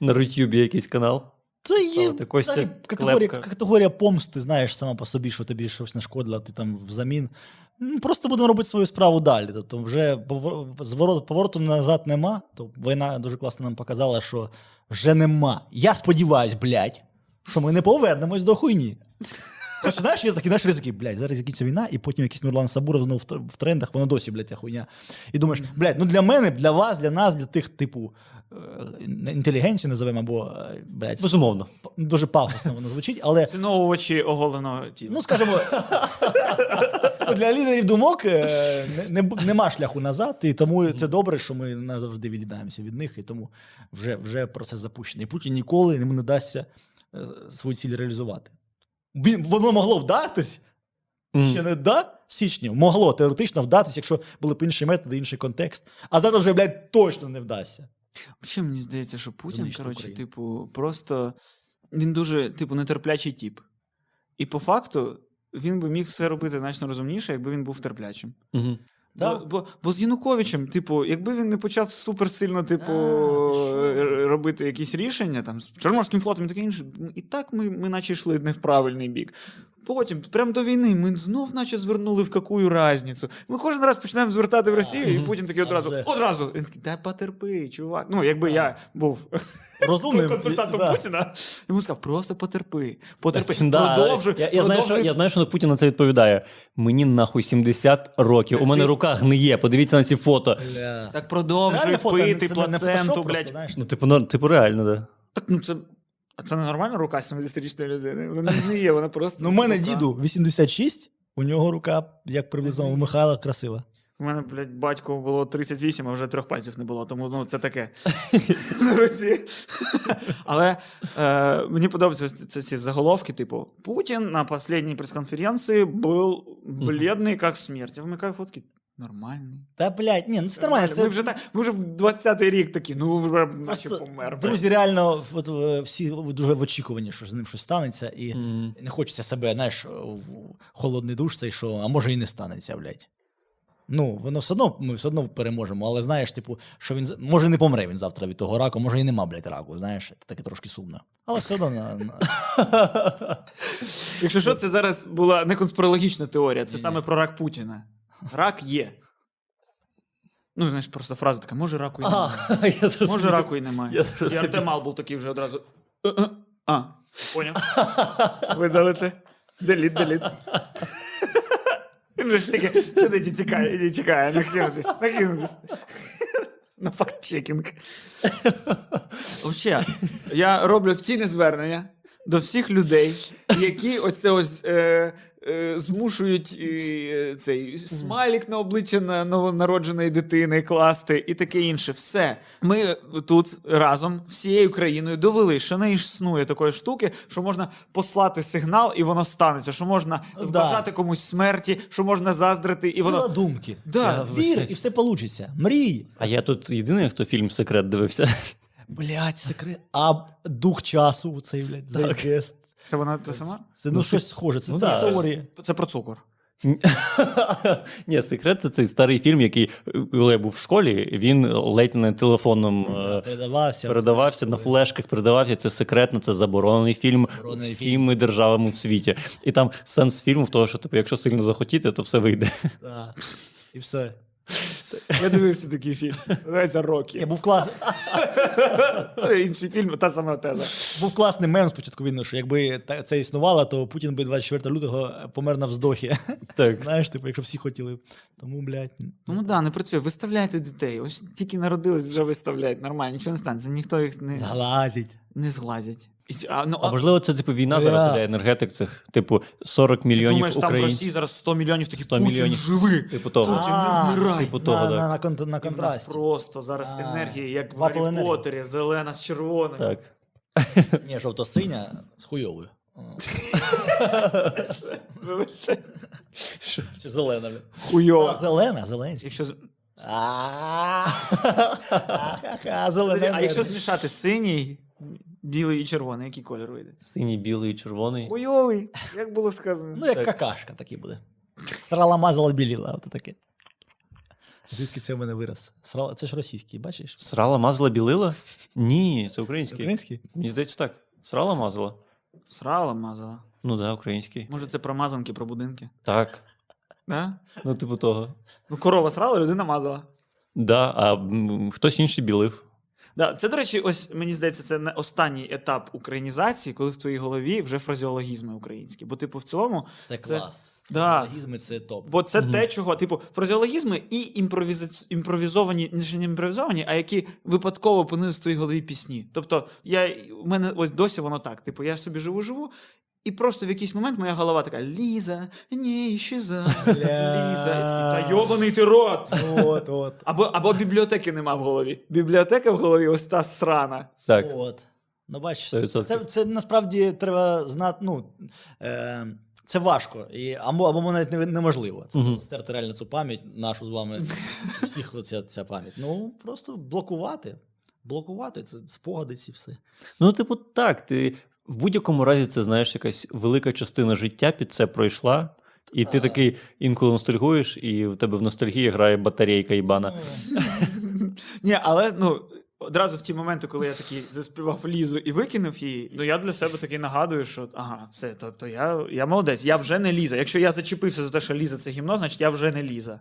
[SPEAKER 3] на Рутюбі якийсь канал.
[SPEAKER 1] Це є
[SPEAKER 3] Типу, От якось
[SPEAKER 1] взагалі
[SPEAKER 3] ця
[SPEAKER 1] категорія,
[SPEAKER 3] клепка.
[SPEAKER 1] категорія помсти, знаєш сама по собі, що тобі щось нашкодило, ти там взамін. Ну, Просто будемо робити свою справу далі. Тобто, вже повор- зворот, повороту назад нема. То війна дуже класно нам показала, що вже нема. Я сподіваюсь, блядь, що ми не повернемось до хуйні. Тому що, знаєш, є такі наші ризики, блядь, зараз закінчиться війна, і потім якийсь Нурлан Сабуров знову в тр- в трендах, воно досі, блядь, ця хуйня. І думаєш, блядь, ну для мене, для вас, для нас, для тих, типу, е, інтелігенції називаємо, або, е, блядь,
[SPEAKER 3] Безумовно.
[SPEAKER 1] п- дуже пафосно воно звучить, але
[SPEAKER 2] Ціновувачі оголеного тіла.
[SPEAKER 1] ну скажімо, для лідерів думок е, не, не, бу- нема шляху назад, і тому це добре, що ми назавжди від'єднаємося від них, і тому вже, вже процес запущений. Путін ніколи йому не дасться е, свою ціль реалізувати. Він, воно могло вдатись, ще не да? В січні могло теоретично вдатись, якщо були б інші методи, інший контекст. А зараз вже, блядь, точно не вдасться.
[SPEAKER 2] Взагалі, мені здається, що Путін,
[SPEAKER 1] Знищити
[SPEAKER 2] коротше,
[SPEAKER 1] Україну.
[SPEAKER 2] типу, просто він дуже, типу, нетерплячий тіп. І по факту він би міг все робити значно розумніше, якби він був терплячим.
[SPEAKER 3] Мгм.
[SPEAKER 1] Да.
[SPEAKER 2] Бо, бо, бо з Януковичем, типу, якби він не почав суперсильно, типу,
[SPEAKER 1] А, ти що?
[SPEAKER 2] р- робити якісь рішення там з Чорноморським флотом і таке інше, ну, і так ми, ми наче йшли не в правильний бік. Потім, прямо до війни, ми знов наче звернули в какую разницю. Ми кожен раз починаємо звертати в Росію, і
[SPEAKER 3] мгм.
[SPEAKER 2] Путін такий
[SPEAKER 1] А
[SPEAKER 2] одразу
[SPEAKER 1] вже.
[SPEAKER 2] одразу. Він такий, дай потерпи, чувак. Ну, якби я був
[SPEAKER 1] Розумним.
[SPEAKER 2] консультантом
[SPEAKER 1] да.
[SPEAKER 2] Путіна, йому сказав, просто потерпи, потерпи,
[SPEAKER 3] Да,
[SPEAKER 2] продовжуй,
[SPEAKER 3] я, я, знаю, що,
[SPEAKER 2] продовжуй
[SPEAKER 3] я знаю, що на Путін на це відповідає. Мені нахуй 70 років. У мене рука гниє. Подивіться на ці фото.
[SPEAKER 1] Бля.
[SPEAKER 2] Так продовжуй
[SPEAKER 1] Реальне фото, не-
[SPEAKER 2] пити
[SPEAKER 1] це не- не
[SPEAKER 2] плаценту,
[SPEAKER 1] фотошоп
[SPEAKER 2] блядь.
[SPEAKER 1] просто, знаєш,
[SPEAKER 3] Ну, типу, ну, типу, реально, да.
[SPEAKER 2] Так ну це. А це не нормальна рука 70-річної людини. Вона не- не є, вона просто.
[SPEAKER 1] Ну, в мене
[SPEAKER 2] рука.
[SPEAKER 1] діду 86, у нього рука, як приблизно у Михайла, красива.
[SPEAKER 2] У мене, блядь, батько було 38, а вже трьох пальців не було, тому ну, це таке. На руці. Але е, мені подобаються ось ці, ці заголовки, типу, Путін на останній прес-конференції був бледний, як смерть. Я вмикаю фотки. Нормальний.
[SPEAKER 1] Та блядь, ні, ну це нормально.
[SPEAKER 2] Ми
[SPEAKER 1] Це
[SPEAKER 2] вже так, ми вже в 20-й рік такі, ну вже наче
[SPEAKER 1] просто
[SPEAKER 2] помер.
[SPEAKER 1] друзі, реально от, е, всі дуже в очікуванні, що з ним щось станеться, і не хочеться себе, знаєш, в холодний душ цей, що а може і не станеться, блядь. Ну, воно все одно, ми все одно переможемо, але знаєш, типу, що він з- може не помре він завтра від того раку, може і нема, блядь, раку, знаєш, це таке трошки сумно. Але все одно на, на...
[SPEAKER 2] Якщо що, це зараз була не конспірологічна теорія, це
[SPEAKER 1] Ні-ні.
[SPEAKER 2] саме про рак Путіна. Рак є. Ну, знаєш, просто фраза така: може раку і
[SPEAKER 3] А,
[SPEAKER 2] немає.
[SPEAKER 3] я зрозумів.
[SPEAKER 2] Може раку і немає.
[SPEAKER 3] Я
[SPEAKER 2] І
[SPEAKER 3] зрозумів.
[SPEAKER 2] Артемал був такий вже одразу. «Е, е, А, поняв. Видалити. Деліт, деліт. Він же ж тільки сидить і тікає, і чекає, нахилитись, нахилитись. На факт-чекінг. Взагалі, я роблю офіційне звернення до всіх людей, які ось це ось е, е, змушують е, цей смайлік на обличчя на новонародженої дитини класти і таке інше. Все. Ми тут разом всією країною довели, що не існує такої штуки, що можна послати сигнал, і воно станеться, що можна
[SPEAKER 1] Да.
[SPEAKER 2] бажати комусь смерті, що можна заздрити, і
[SPEAKER 1] Сила
[SPEAKER 2] воно.
[SPEAKER 1] думки.
[SPEAKER 2] Да,
[SPEAKER 1] Вір, і все вийде. Мрій.
[SPEAKER 3] А я тут єдиний, хто фільм Секрет дивився.
[SPEAKER 1] Блять, секрет. А дух часу, цей, блядь,
[SPEAKER 3] Так.
[SPEAKER 1] зайгест.
[SPEAKER 2] Це вона та сама?
[SPEAKER 1] Це ну, щось схоже, це
[SPEAKER 3] ну,
[SPEAKER 1] це
[SPEAKER 3] да.
[SPEAKER 1] теорії.
[SPEAKER 2] Це про цукор.
[SPEAKER 3] Ні, секрет це цей старий фільм, який, коли я був в школі, він ледь не телефоном е,
[SPEAKER 1] Передавався.
[SPEAKER 3] передавався на флешках, передавався. Це секретно, це заборонений фільм
[SPEAKER 1] Заборонений
[SPEAKER 3] всіми державами в світі. І там сенс фільму в тому, що типу, якщо сильно захотіти, то все вийде.
[SPEAKER 1] Да. І все.
[SPEAKER 2] Я дивився такий фільм. Називається
[SPEAKER 1] Я
[SPEAKER 2] Рокі.
[SPEAKER 1] був, клас...
[SPEAKER 2] Інший фільм, та сама теза.
[SPEAKER 1] був класний мем спочатку війни, що якби та- це існувало, то Путін би 24 лютого помер на вздохі.
[SPEAKER 3] Так.
[SPEAKER 1] Знаєш, типу, якщо всі хотіли. Тому, блядь.
[SPEAKER 2] Ну да, не працює. Виставляйте дітей. Ось тільки народились, вже виставляють. Нормально, нічого не станеться. Ніхто їх не,
[SPEAKER 1] Залазить.
[SPEAKER 2] не зглазять. І с- А, ну,
[SPEAKER 3] А можливо, це типу війна
[SPEAKER 1] Я-
[SPEAKER 3] зараз іде енергетик цих, типу 40 мільйонів
[SPEAKER 2] думаєш, там в Росії
[SPEAKER 3] українців.
[SPEAKER 2] зараз 100 мільйонів таких
[SPEAKER 3] 100
[SPEAKER 2] Путін
[SPEAKER 3] мільйонів.
[SPEAKER 2] живи.
[SPEAKER 3] Типу того.
[SPEAKER 2] Путін
[SPEAKER 1] А,
[SPEAKER 2] не вмирай.
[SPEAKER 3] типу того,
[SPEAKER 1] На,
[SPEAKER 3] да.
[SPEAKER 1] на, на, кон- на
[SPEAKER 2] І в нас
[SPEAKER 1] контрасті.
[SPEAKER 2] просто зараз
[SPEAKER 1] А,
[SPEAKER 2] енергія, як в
[SPEAKER 1] ватл
[SPEAKER 2] Гаррі
[SPEAKER 1] енергія.
[SPEAKER 2] Поттері, зелена з червоним.
[SPEAKER 3] Так.
[SPEAKER 1] Ні, жовто-синя з хуйовою. О.
[SPEAKER 2] Вибачте.
[SPEAKER 1] Чи зелена, блядь. А,
[SPEAKER 2] Хуйово.
[SPEAKER 1] зелена, зеленський.
[SPEAKER 2] Якщо з-
[SPEAKER 1] А зелене.
[SPEAKER 2] а якщо змішати синій, білий і червоний, який кольор вийде?
[SPEAKER 3] Синій, білий, червоний.
[SPEAKER 2] Хуйовий, як було сказано.
[SPEAKER 1] Ну, як какашка, так і буде. Срала мазала біліла, от таке. Звідки це в мене вираз? Срала, це ж російський, бачиш?
[SPEAKER 3] Срала, мазала, білила? Ні, це український.
[SPEAKER 1] Український?
[SPEAKER 3] Мені здається, так. Срала, мазала.
[SPEAKER 2] Срала, мазала.
[SPEAKER 3] Ну да, український.
[SPEAKER 2] Може, це про мазанки, про будинки.
[SPEAKER 3] Так.
[SPEAKER 2] Да?
[SPEAKER 3] Ну, типу того.
[SPEAKER 2] Ну, корова срала, людина мазала.
[SPEAKER 3] Да, а м, хтось інший білив.
[SPEAKER 2] Да, це, до речі, ось мені здається, це не останній етап українізації, коли в твоїй голові вже фразеологізми українські. Бо, типу, в цілому,
[SPEAKER 1] Це
[SPEAKER 2] клас.
[SPEAKER 1] клас.
[SPEAKER 2] Да.
[SPEAKER 1] це топ.
[SPEAKER 2] бо це
[SPEAKER 3] Мгм.
[SPEAKER 2] те, чого, типу, фразеологізми і імпровіза- імпровізовані, не ж не імпровізовані, а які випадково опинились в твоїй голові пісні. Тобто, я у мене ось досі воно так. Типу, я собі живу, живу. І просто в якийсь момент моя голова така: Ліза, не іщезай, Ліза. Я такий, Та йобаний ти рот!
[SPEAKER 1] От, от.
[SPEAKER 2] Або, або бібліотеки нема в голові. Бібліотека в голові ось та срана.
[SPEAKER 3] Так.
[SPEAKER 1] От. Ну, бачиш,
[SPEAKER 3] 100%.
[SPEAKER 1] це, це насправді треба знати. Ну, е, це важко, і, або, або навіть не- неможливо. Це
[SPEAKER 3] Мгм.
[SPEAKER 1] просто стерти реально цю пам'ять, нашу з вами, всіх оця ця пам'ять. Ну, просто блокувати. Блокувати це спогади ці все.
[SPEAKER 3] Ну, типу, так, ти в будь-якому разі це знаєш, якась велика частина життя під це пройшла, і ти
[SPEAKER 1] Та.
[SPEAKER 3] такий інколи ностальгуєш, і в тебе в ностальгії грає батарейка Ібана.
[SPEAKER 2] Ні, але ну. Одразу в ті моменти, коли я такий заспівав лізу і викинув її, ну я для себе такий нагадую, що ага, все, тобто я, я молодець, я вже не ліза. Якщо я зачепився за те, що ліза це гімно, значить я вже не ліза.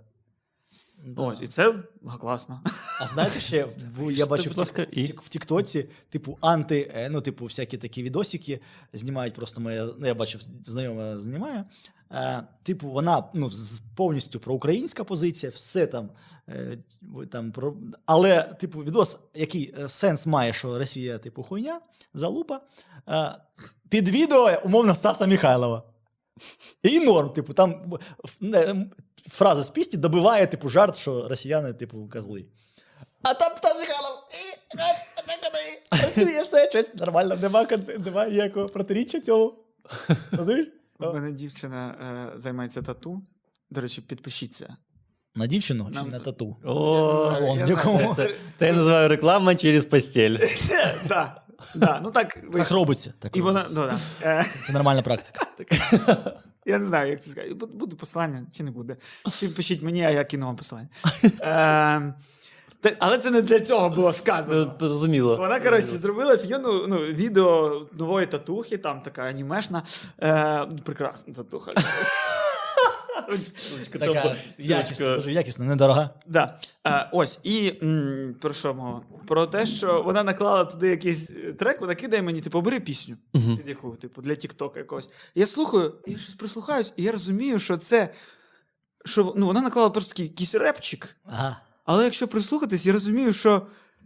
[SPEAKER 1] Ну, Да.
[SPEAKER 2] Ось, і це а, класно.
[SPEAKER 1] А знаєте ще, в- я
[SPEAKER 3] Що,
[SPEAKER 1] бачив
[SPEAKER 3] будь
[SPEAKER 1] в
[SPEAKER 3] ласка,
[SPEAKER 1] тік- в
[SPEAKER 3] і?
[SPEAKER 1] тік- в Тіктоці, типу, анти, е, ну, типу, всякі такі відосики знімають просто моя, ну, я бачив, знайома знімає. Е, типу, вона ну, з- повністю проукраїнська позиція, все там. Е, ви там про... Але, типу, відос, який е, сенс має, що Росія, типу, хуйня, залупа, е, під відео умовно Стаса Михайлова. І норм, типу, там б- ф- не, м, фраза з пісні добиває, типу, жарт, що росіяни, типу, козли. А там Стас Михайлов, і «Е, так, так, так, і е». працює все, щось нормально, нема, кон- нема ніякого протиріччя цьому. Розумієш?
[SPEAKER 2] У мене дівчина е, займається тату. До речі, підпишіться.
[SPEAKER 1] На дівчину чи
[SPEAKER 2] Нам-
[SPEAKER 1] на тату?
[SPEAKER 3] О,
[SPEAKER 1] знаю, я
[SPEAKER 3] це,
[SPEAKER 1] знаю.
[SPEAKER 3] це, це я називаю реклама через постіль.
[SPEAKER 2] Так, да, ну так. ви-
[SPEAKER 1] Так робиться. Так
[SPEAKER 2] І вона,
[SPEAKER 1] робиться.
[SPEAKER 2] ну да. Е,
[SPEAKER 1] Це нормальна практика.
[SPEAKER 2] Я не знаю, як це сказати. Бу- Буде посилання чи не буде. Чи пишіть мені, а я кину вам посилання. Е, та- Але це не для цього було сказано.
[SPEAKER 3] Ну, Зрозуміло.
[SPEAKER 2] Вона, коротше, зробила офігенну ну, відео нової татухи, там така анімешна. Е, прекрасна татуха. Тобто
[SPEAKER 1] Така якісна,
[SPEAKER 3] Сучка.
[SPEAKER 1] дуже якісна, недорога.
[SPEAKER 2] Да. Е, ось, і м, про що мова? Про те, що вона наклала туди якийсь е, трек, вона кидає мені, типу, бери пісню.
[SPEAKER 3] Мгм.
[SPEAKER 2] Під яку, типу, для Тіктока якогось. Я слухаю, я щось прислухаюсь, і я розумію, що це. Що, ну, вона наклала просто такий якийсь репчик.
[SPEAKER 1] Ага.
[SPEAKER 2] Але якщо прислухатись, я розумію, що.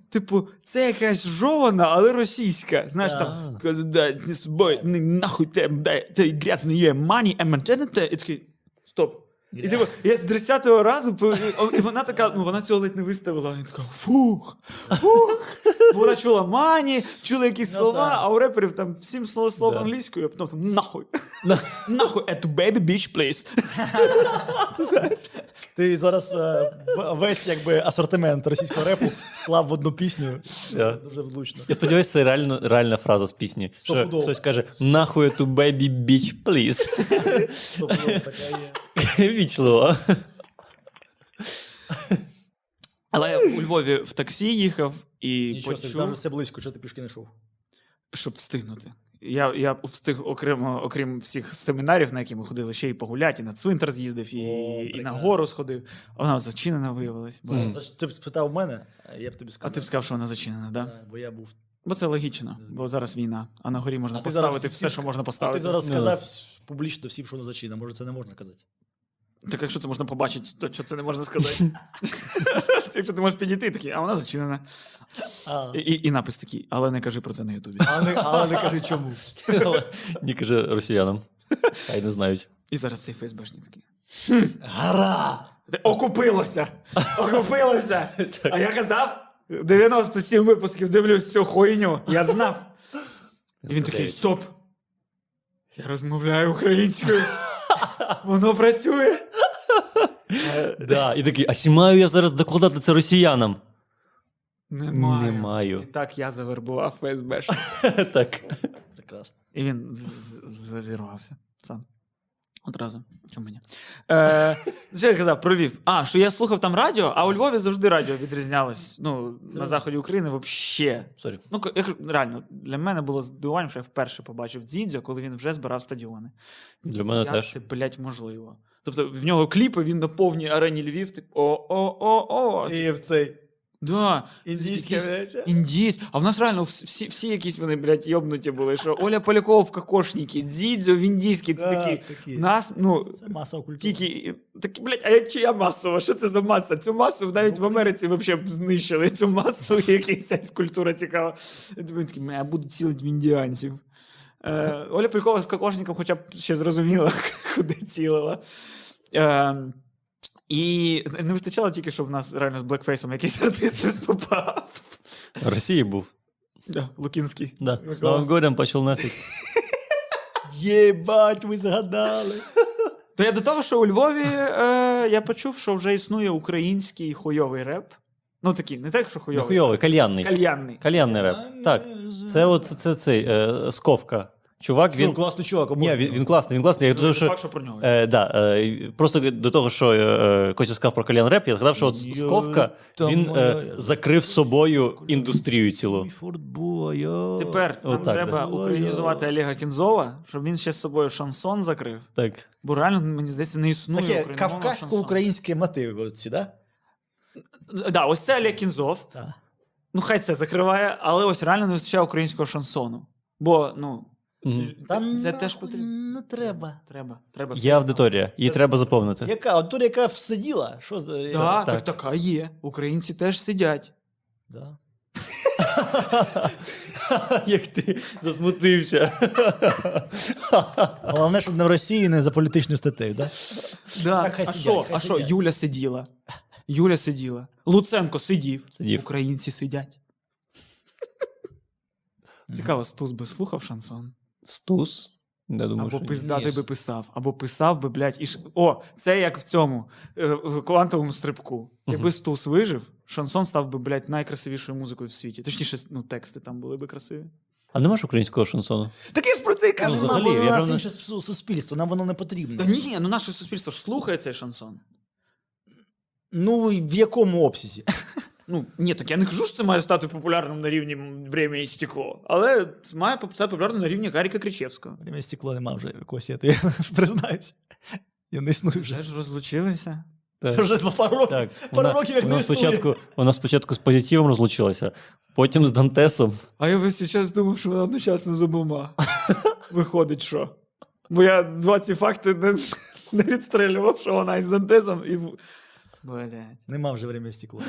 [SPEAKER 2] Типу, це якась жована, але російська. Знаєш, там
[SPEAKER 3] Так.
[SPEAKER 2] «Коли дай з собою, ні, нахуй те, дай, те грязний є мані, а мене те. І такий стоп. І типу, я з 30-го разу по- і- і вона така, ну вона цього ледь не виставила. Вона така фух. фух. Бо вона чула мані, чула якісь
[SPEAKER 1] Ну,
[SPEAKER 2] слова,
[SPEAKER 1] так.
[SPEAKER 2] а у реперів там всім сло- слов
[SPEAKER 3] Да.
[SPEAKER 2] англійською, а потім там нахуй.
[SPEAKER 3] На-
[SPEAKER 2] Нахуй, at baby bitch, please.
[SPEAKER 1] Ти зараз е, в- весь якби асортимент російського репу вклав в одну пісню.
[SPEAKER 3] Да.
[SPEAKER 1] Дуже влучно.
[SPEAKER 3] Я сподіваюся, це реально, реальна фраза з пісні. Що
[SPEAKER 1] Стопудово.
[SPEAKER 3] хтось каже: нахуй ту бебі біч, пліз.
[SPEAKER 1] Тобто, ну, така є.
[SPEAKER 3] Вічливо.
[SPEAKER 2] Але я у Львові в таксі їхав і
[SPEAKER 1] Нічого собі, там же
[SPEAKER 2] почув,
[SPEAKER 1] все близько, що ти пішки не йшов.
[SPEAKER 2] щоб встигнути. Я, я встиг окремо, окрім всіх семінарів, на які ми ходили, ще й погуляти, і на цвинтар з'їздив, і,
[SPEAKER 1] О,
[SPEAKER 2] і на
[SPEAKER 1] прекрасно.
[SPEAKER 2] гору сходив. А Вона зачинена виявилась. Бо-
[SPEAKER 3] Мгм.
[SPEAKER 1] За що Ти б спитав мене, а я б тобі
[SPEAKER 2] А
[SPEAKER 1] сказав.
[SPEAKER 2] ти б сказав, що вона зачинена, так? Да?
[SPEAKER 1] Да, Бо я був.
[SPEAKER 2] Бо це логічно, бо зараз війна, а на горі можна
[SPEAKER 1] А ти зараз
[SPEAKER 2] поставити все,
[SPEAKER 1] всі-
[SPEAKER 2] що можна
[SPEAKER 1] А
[SPEAKER 2] поставити.
[SPEAKER 1] ти зараз
[SPEAKER 3] Ну.
[SPEAKER 1] сказав публічно всім, що не зачина. Може, це не можна казати.
[SPEAKER 2] Так якщо це можна побачити, то що це не можна сказати? якщо ти можеш підійти, такий, а вона зачинена.
[SPEAKER 1] А,
[SPEAKER 2] І, і, і напис такий, але не кажи про це на Ютубі.
[SPEAKER 1] але, але не кажи чому.
[SPEAKER 3] Ні, каже росіянам. Хай не знають.
[SPEAKER 2] І зараз цей ФСБшник такий.
[SPEAKER 1] Гара!
[SPEAKER 2] «Де- Окупилося! Окупилося! А я казав, 97 випусків дивлюсь цю хуйню. Я знав. І він такий: стоп! Я розмовляю українською. Воно працює.
[SPEAKER 3] Да, і такий, а чи маю я зараз докладати це росіянам?
[SPEAKER 2] Немає.
[SPEAKER 3] Не маю.
[SPEAKER 2] І так я завербував ФСБ.
[SPEAKER 3] Так.
[SPEAKER 1] Прекрасно.
[SPEAKER 2] І він з- з- зазірвався сам. Одразу. Чому ні? Е, що я казав, провів. А, що я слухав там радіо, а у Львові завжди радіо відрізнялось. Ну, на заході України взагалі.
[SPEAKER 3] Сорі.
[SPEAKER 2] Ну, к- як, реально, для мене було здивуванням, що я вперше побачив Дзідзьо, коли він вже збирав стадіони.
[SPEAKER 3] Для мене
[SPEAKER 2] Як
[SPEAKER 3] теж.
[SPEAKER 2] Це, блядь, можливо. Тобто в нього кліпи, він на повній арені Львів, тип о-о-о-о.
[SPEAKER 1] І в цей
[SPEAKER 2] Да.
[SPEAKER 1] індійський
[SPEAKER 2] Якісь-
[SPEAKER 1] речі.
[SPEAKER 2] Індійсь. А в нас реально вс- всі, всі якісь вони, блядь, йобнуті були, що Оля Полякова в кокошникі, Дзідзьо в індійській, це такі. Нас, ну,
[SPEAKER 1] Це масова культура.
[SPEAKER 2] тільки, і- такі, блядь, а я чия масова? Що це за маса? Цю масу навіть в Америці взагалі знищили, цю масу, якась культура цікава. Я думаю, такі, «Ме, я буду цілити в індіанців. Е, Оля Полякова з кокошником хоча б ще зрозуміла, куди цілила. Е, і не вистачало тільки, щоб в нас реально з блекфейсом якийсь артист виступав.
[SPEAKER 3] В Росії був.
[SPEAKER 2] Да, Лукінський.
[SPEAKER 3] Да.
[SPEAKER 1] Ну,
[SPEAKER 2] Микола.
[SPEAKER 3] З Новим годом почав нафіг.
[SPEAKER 1] Єбать, ви згадали.
[SPEAKER 2] То я до того, що у Львові е, я почув, що вже існує український хуйовий реп. Ну такий, не так, що
[SPEAKER 3] Не
[SPEAKER 2] хуйовий.
[SPEAKER 3] хуйовий, кальянний.
[SPEAKER 2] Кальянний.
[SPEAKER 3] Кальянний реп. Так. Це от це, це, цей, е, сковка. Чувак,
[SPEAKER 1] Він
[SPEAKER 3] він.
[SPEAKER 1] Ну, класний чувак,
[SPEAKER 3] Ні,
[SPEAKER 1] обожнюю.
[SPEAKER 3] він, він класний, він класний. Я
[SPEAKER 2] Ну,
[SPEAKER 3] до того,
[SPEAKER 2] не
[SPEAKER 3] що
[SPEAKER 2] факт, що про нього.
[SPEAKER 3] Е, да, е, просто до того, що е, е, Костя сказав про колян реп, я згадав, що от
[SPEAKER 1] Йо,
[SPEAKER 3] Сковка
[SPEAKER 1] та
[SPEAKER 3] він е,
[SPEAKER 1] моя-
[SPEAKER 3] закрив собою індустрію цілу.
[SPEAKER 1] Мій Форд був, а я-
[SPEAKER 2] Тепер нам
[SPEAKER 3] Отак, да.
[SPEAKER 2] треба
[SPEAKER 1] Ой-ой.
[SPEAKER 2] українізувати Олега Кінзова, щоб він ще з собою шансон закрив.
[SPEAKER 3] Так.
[SPEAKER 2] Бо реально, мені здається, не існує
[SPEAKER 1] Таке
[SPEAKER 2] україномовного
[SPEAKER 1] кавказько-українські мотиви, оці, да?
[SPEAKER 2] шансону. Да, ось це Олег Кінзов.
[SPEAKER 1] Так.
[SPEAKER 2] Ну, хай це закриває, але ось реально не вистачає українського шансону. Бо, ну,
[SPEAKER 3] Мгм.
[SPEAKER 2] це теж потрібно.
[SPEAKER 1] Не треба.
[SPEAKER 2] Треба, треба.
[SPEAKER 3] Є аудиторія, її треба заповнити.
[SPEAKER 1] Яка? От тут яка всиділа? Що за...
[SPEAKER 2] Да,
[SPEAKER 3] Так.
[SPEAKER 2] так, так, така є. Українці теж сидять.
[SPEAKER 1] Да.
[SPEAKER 3] Як ти засмутився.
[SPEAKER 1] Головне, щоб не в Росії, не за політичну статтею, да?
[SPEAKER 2] Да.
[SPEAKER 1] Так, хай
[SPEAKER 2] а
[SPEAKER 1] сидять,
[SPEAKER 2] що,
[SPEAKER 1] хай
[SPEAKER 2] а що,
[SPEAKER 1] сидять.
[SPEAKER 2] Юля сиділа. Юля сиділа. Луценко сидів.
[SPEAKER 3] Сидів.
[SPEAKER 2] Українці сидять. Цікаво, Стус би слухав шансон.
[SPEAKER 3] Стус? Я думаю,
[SPEAKER 2] Або
[SPEAKER 3] що ні.
[SPEAKER 2] пиздати
[SPEAKER 1] Ні.
[SPEAKER 2] би писав, або писав би, блядь, і ш... О, це як в цьому е, в квантовому стрибку. Якби Стус вижив, шансон став би, блядь, найкрасивішою музикою в світі. Точніше, ну, тексти там були би красиві.
[SPEAKER 3] А нема ж українського шансону?
[SPEAKER 2] Так я ж про це і кажу.
[SPEAKER 1] Кажу,
[SPEAKER 3] Ну, взагалі,
[SPEAKER 1] нам,
[SPEAKER 3] я
[SPEAKER 1] у нас
[SPEAKER 3] прям-
[SPEAKER 1] інше су- суспільство, нам воно не потрібно.
[SPEAKER 2] Та ні, ну наше суспільство ж слухає цей шансон.
[SPEAKER 1] Ну, і в якому обсязі?
[SPEAKER 2] Ну, ні, так я не кажу, що це має стати популярним на рівні «Время і стекло», але це має поп- стати популярним на рівні Гаріка Кричевського.
[SPEAKER 1] Время стекло нема вже, Костя, я тобі признаюся. Я не існую
[SPEAKER 2] Вже
[SPEAKER 1] вже.
[SPEAKER 2] ж розлучилися.
[SPEAKER 3] Так.
[SPEAKER 1] Вже два пару років.
[SPEAKER 3] Так,
[SPEAKER 1] Пару
[SPEAKER 3] вона,
[SPEAKER 1] років як не
[SPEAKER 3] вона,
[SPEAKER 1] існує.
[SPEAKER 3] спочатку, вона спочатку з позитивом розлучилася, потім з Дантесом.
[SPEAKER 2] А я весь час думав, що вона одночасно з обома. Виходить, що. Бо я два ці факти не, не відстрелював, що вона із Дантесом і. в- Блядь.
[SPEAKER 1] Нема вже время стекло.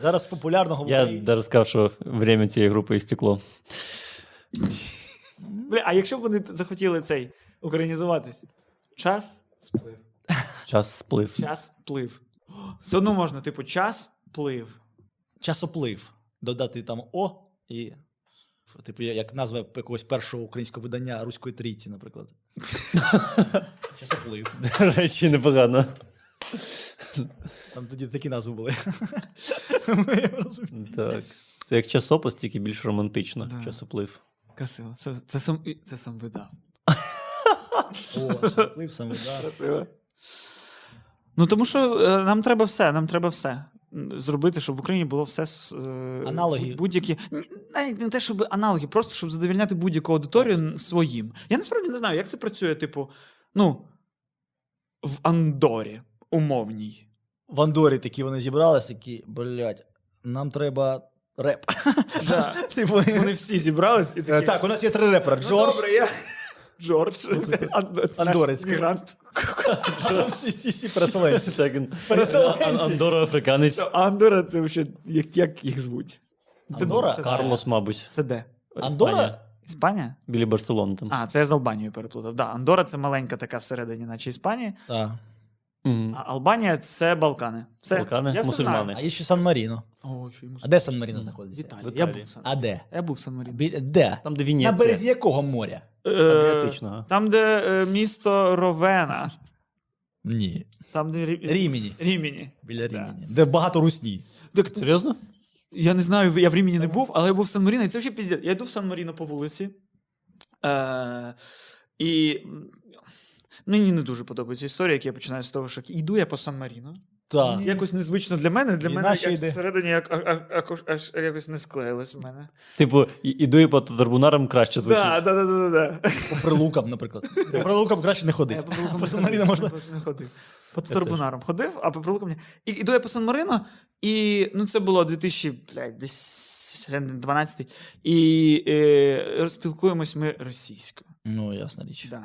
[SPEAKER 1] Зараз популярно
[SPEAKER 3] Я
[SPEAKER 1] говорить.
[SPEAKER 3] навіть сказав, що время цієї групи істекло.
[SPEAKER 2] Бля, а якщо б вони захотіли цей українізуватись? Час сплив.
[SPEAKER 3] Час сплив.
[SPEAKER 2] Час плив. О, Все одно можна, типу, час плив.
[SPEAKER 1] Часоплив. Додати там О і. Типу, я- як назва якогось першого українського видання Руської трійці, наприклад. Часоплив.
[SPEAKER 3] До речі, непогано.
[SPEAKER 1] Там тоді такі назви були. Ми розуміємо.
[SPEAKER 3] Так. Це як часопис, тільки більш романтично.
[SPEAKER 2] Да.
[SPEAKER 3] Часоплив.
[SPEAKER 2] Красиво. Це, це, сам, і- це сам видав.
[SPEAKER 1] О, часоплив саме, да.
[SPEAKER 2] Красиво. Ну, тому що е, нам треба все, нам треба все м, зробити, щоб в Україні було все с- е,
[SPEAKER 1] Аналоги.
[SPEAKER 2] Будь-які. Ні, Навіть не те, щоб аналоги, просто щоб задовільняти будь-яку аудиторію н- своїм. Я насправді не знаю, як це працює, типу, ну, в Андорі умовній.
[SPEAKER 1] В Андорі такі вони зібрались, такі, блядь, нам треба реп.
[SPEAKER 2] Да.
[SPEAKER 1] Типу,
[SPEAKER 2] Вони всі зібрались і
[SPEAKER 1] Е,
[SPEAKER 2] такі.
[SPEAKER 1] Так, у нас є три репера.
[SPEAKER 2] ну,
[SPEAKER 1] Джордж,
[SPEAKER 2] добре, я. Джордж. Анд- Ну, це наш
[SPEAKER 1] Андорець.
[SPEAKER 2] мігрант.
[SPEAKER 1] всі всі всі переселенці.
[SPEAKER 3] Так, він-
[SPEAKER 1] Переселенці.
[SPEAKER 3] Ан- Андоро-африканець.
[SPEAKER 2] Андора це вже як, як їх звуть? Це-
[SPEAKER 1] Андора?
[SPEAKER 2] це-
[SPEAKER 3] Карлос, мабуть.
[SPEAKER 2] Це де?
[SPEAKER 1] Андора?
[SPEAKER 2] Іспанія?
[SPEAKER 3] Біля Барселони там.
[SPEAKER 2] А, це я з Албанією переплутав. Да, Андора це маленька така всередині, наче Іспанія,
[SPEAKER 1] Так.
[SPEAKER 3] Мгм.
[SPEAKER 2] а Албанія це Балкани. Все.
[SPEAKER 3] Балкани,
[SPEAKER 2] я все
[SPEAKER 3] мусульмани.
[SPEAKER 2] знаю.
[SPEAKER 1] А є ще Сан-Маріно.
[SPEAKER 2] О, що йому
[SPEAKER 1] А де Сан-Маріно знаходиться?
[SPEAKER 2] Віталій.
[SPEAKER 3] Віталія.
[SPEAKER 2] Я був в Сан.
[SPEAKER 1] А де?
[SPEAKER 2] Я був в Сан Маріно.
[SPEAKER 1] Біля- Де?
[SPEAKER 3] Там, де
[SPEAKER 1] На
[SPEAKER 3] Вінеція.
[SPEAKER 1] березі якого моря?
[SPEAKER 3] Е, Адріатичного.
[SPEAKER 2] Там, де е, місто Ровена,
[SPEAKER 1] Ні.
[SPEAKER 2] там, де Рі-
[SPEAKER 1] Рімені.
[SPEAKER 2] Рімені.
[SPEAKER 1] Біля
[SPEAKER 2] Да.
[SPEAKER 1] Рімені. Де багато русні.
[SPEAKER 2] Так,
[SPEAKER 3] Серйозно?
[SPEAKER 2] я не знаю, я в Рімені не був, але я був в Сан Маріно, і це взагалі піздець. Я йду в Сан Маріно по вулиці. Е, і м, мені не дуже подобається історія, як я починаю з того, що йду я по Сан Маріно.
[SPEAKER 1] Так.
[SPEAKER 2] Якось незвично для мене, для
[SPEAKER 1] І
[SPEAKER 2] мене
[SPEAKER 1] наші
[SPEAKER 2] як
[SPEAKER 1] йде.
[SPEAKER 2] всередині як, а, а, акуш- аж якось не склеїлось в мене.
[SPEAKER 3] Типу, і- іду і по Тарбунарам краще звучить.
[SPEAKER 2] Да, да, да, да, да, да.
[SPEAKER 1] По прилукам, наприклад. По прилукам краще не
[SPEAKER 2] Я
[SPEAKER 1] ходить.
[SPEAKER 2] Е, по Прилукам
[SPEAKER 1] По
[SPEAKER 2] не
[SPEAKER 1] Сан-Маріно
[SPEAKER 2] ходив,
[SPEAKER 1] можна.
[SPEAKER 2] не ходив. По Тарбунарам ходив, а по Прилукам ні. І іду я по Сан-Марино, і ну, це було 2012, і е, розпілкуємось ми російською.
[SPEAKER 1] Ну, ясна річ.
[SPEAKER 2] Да.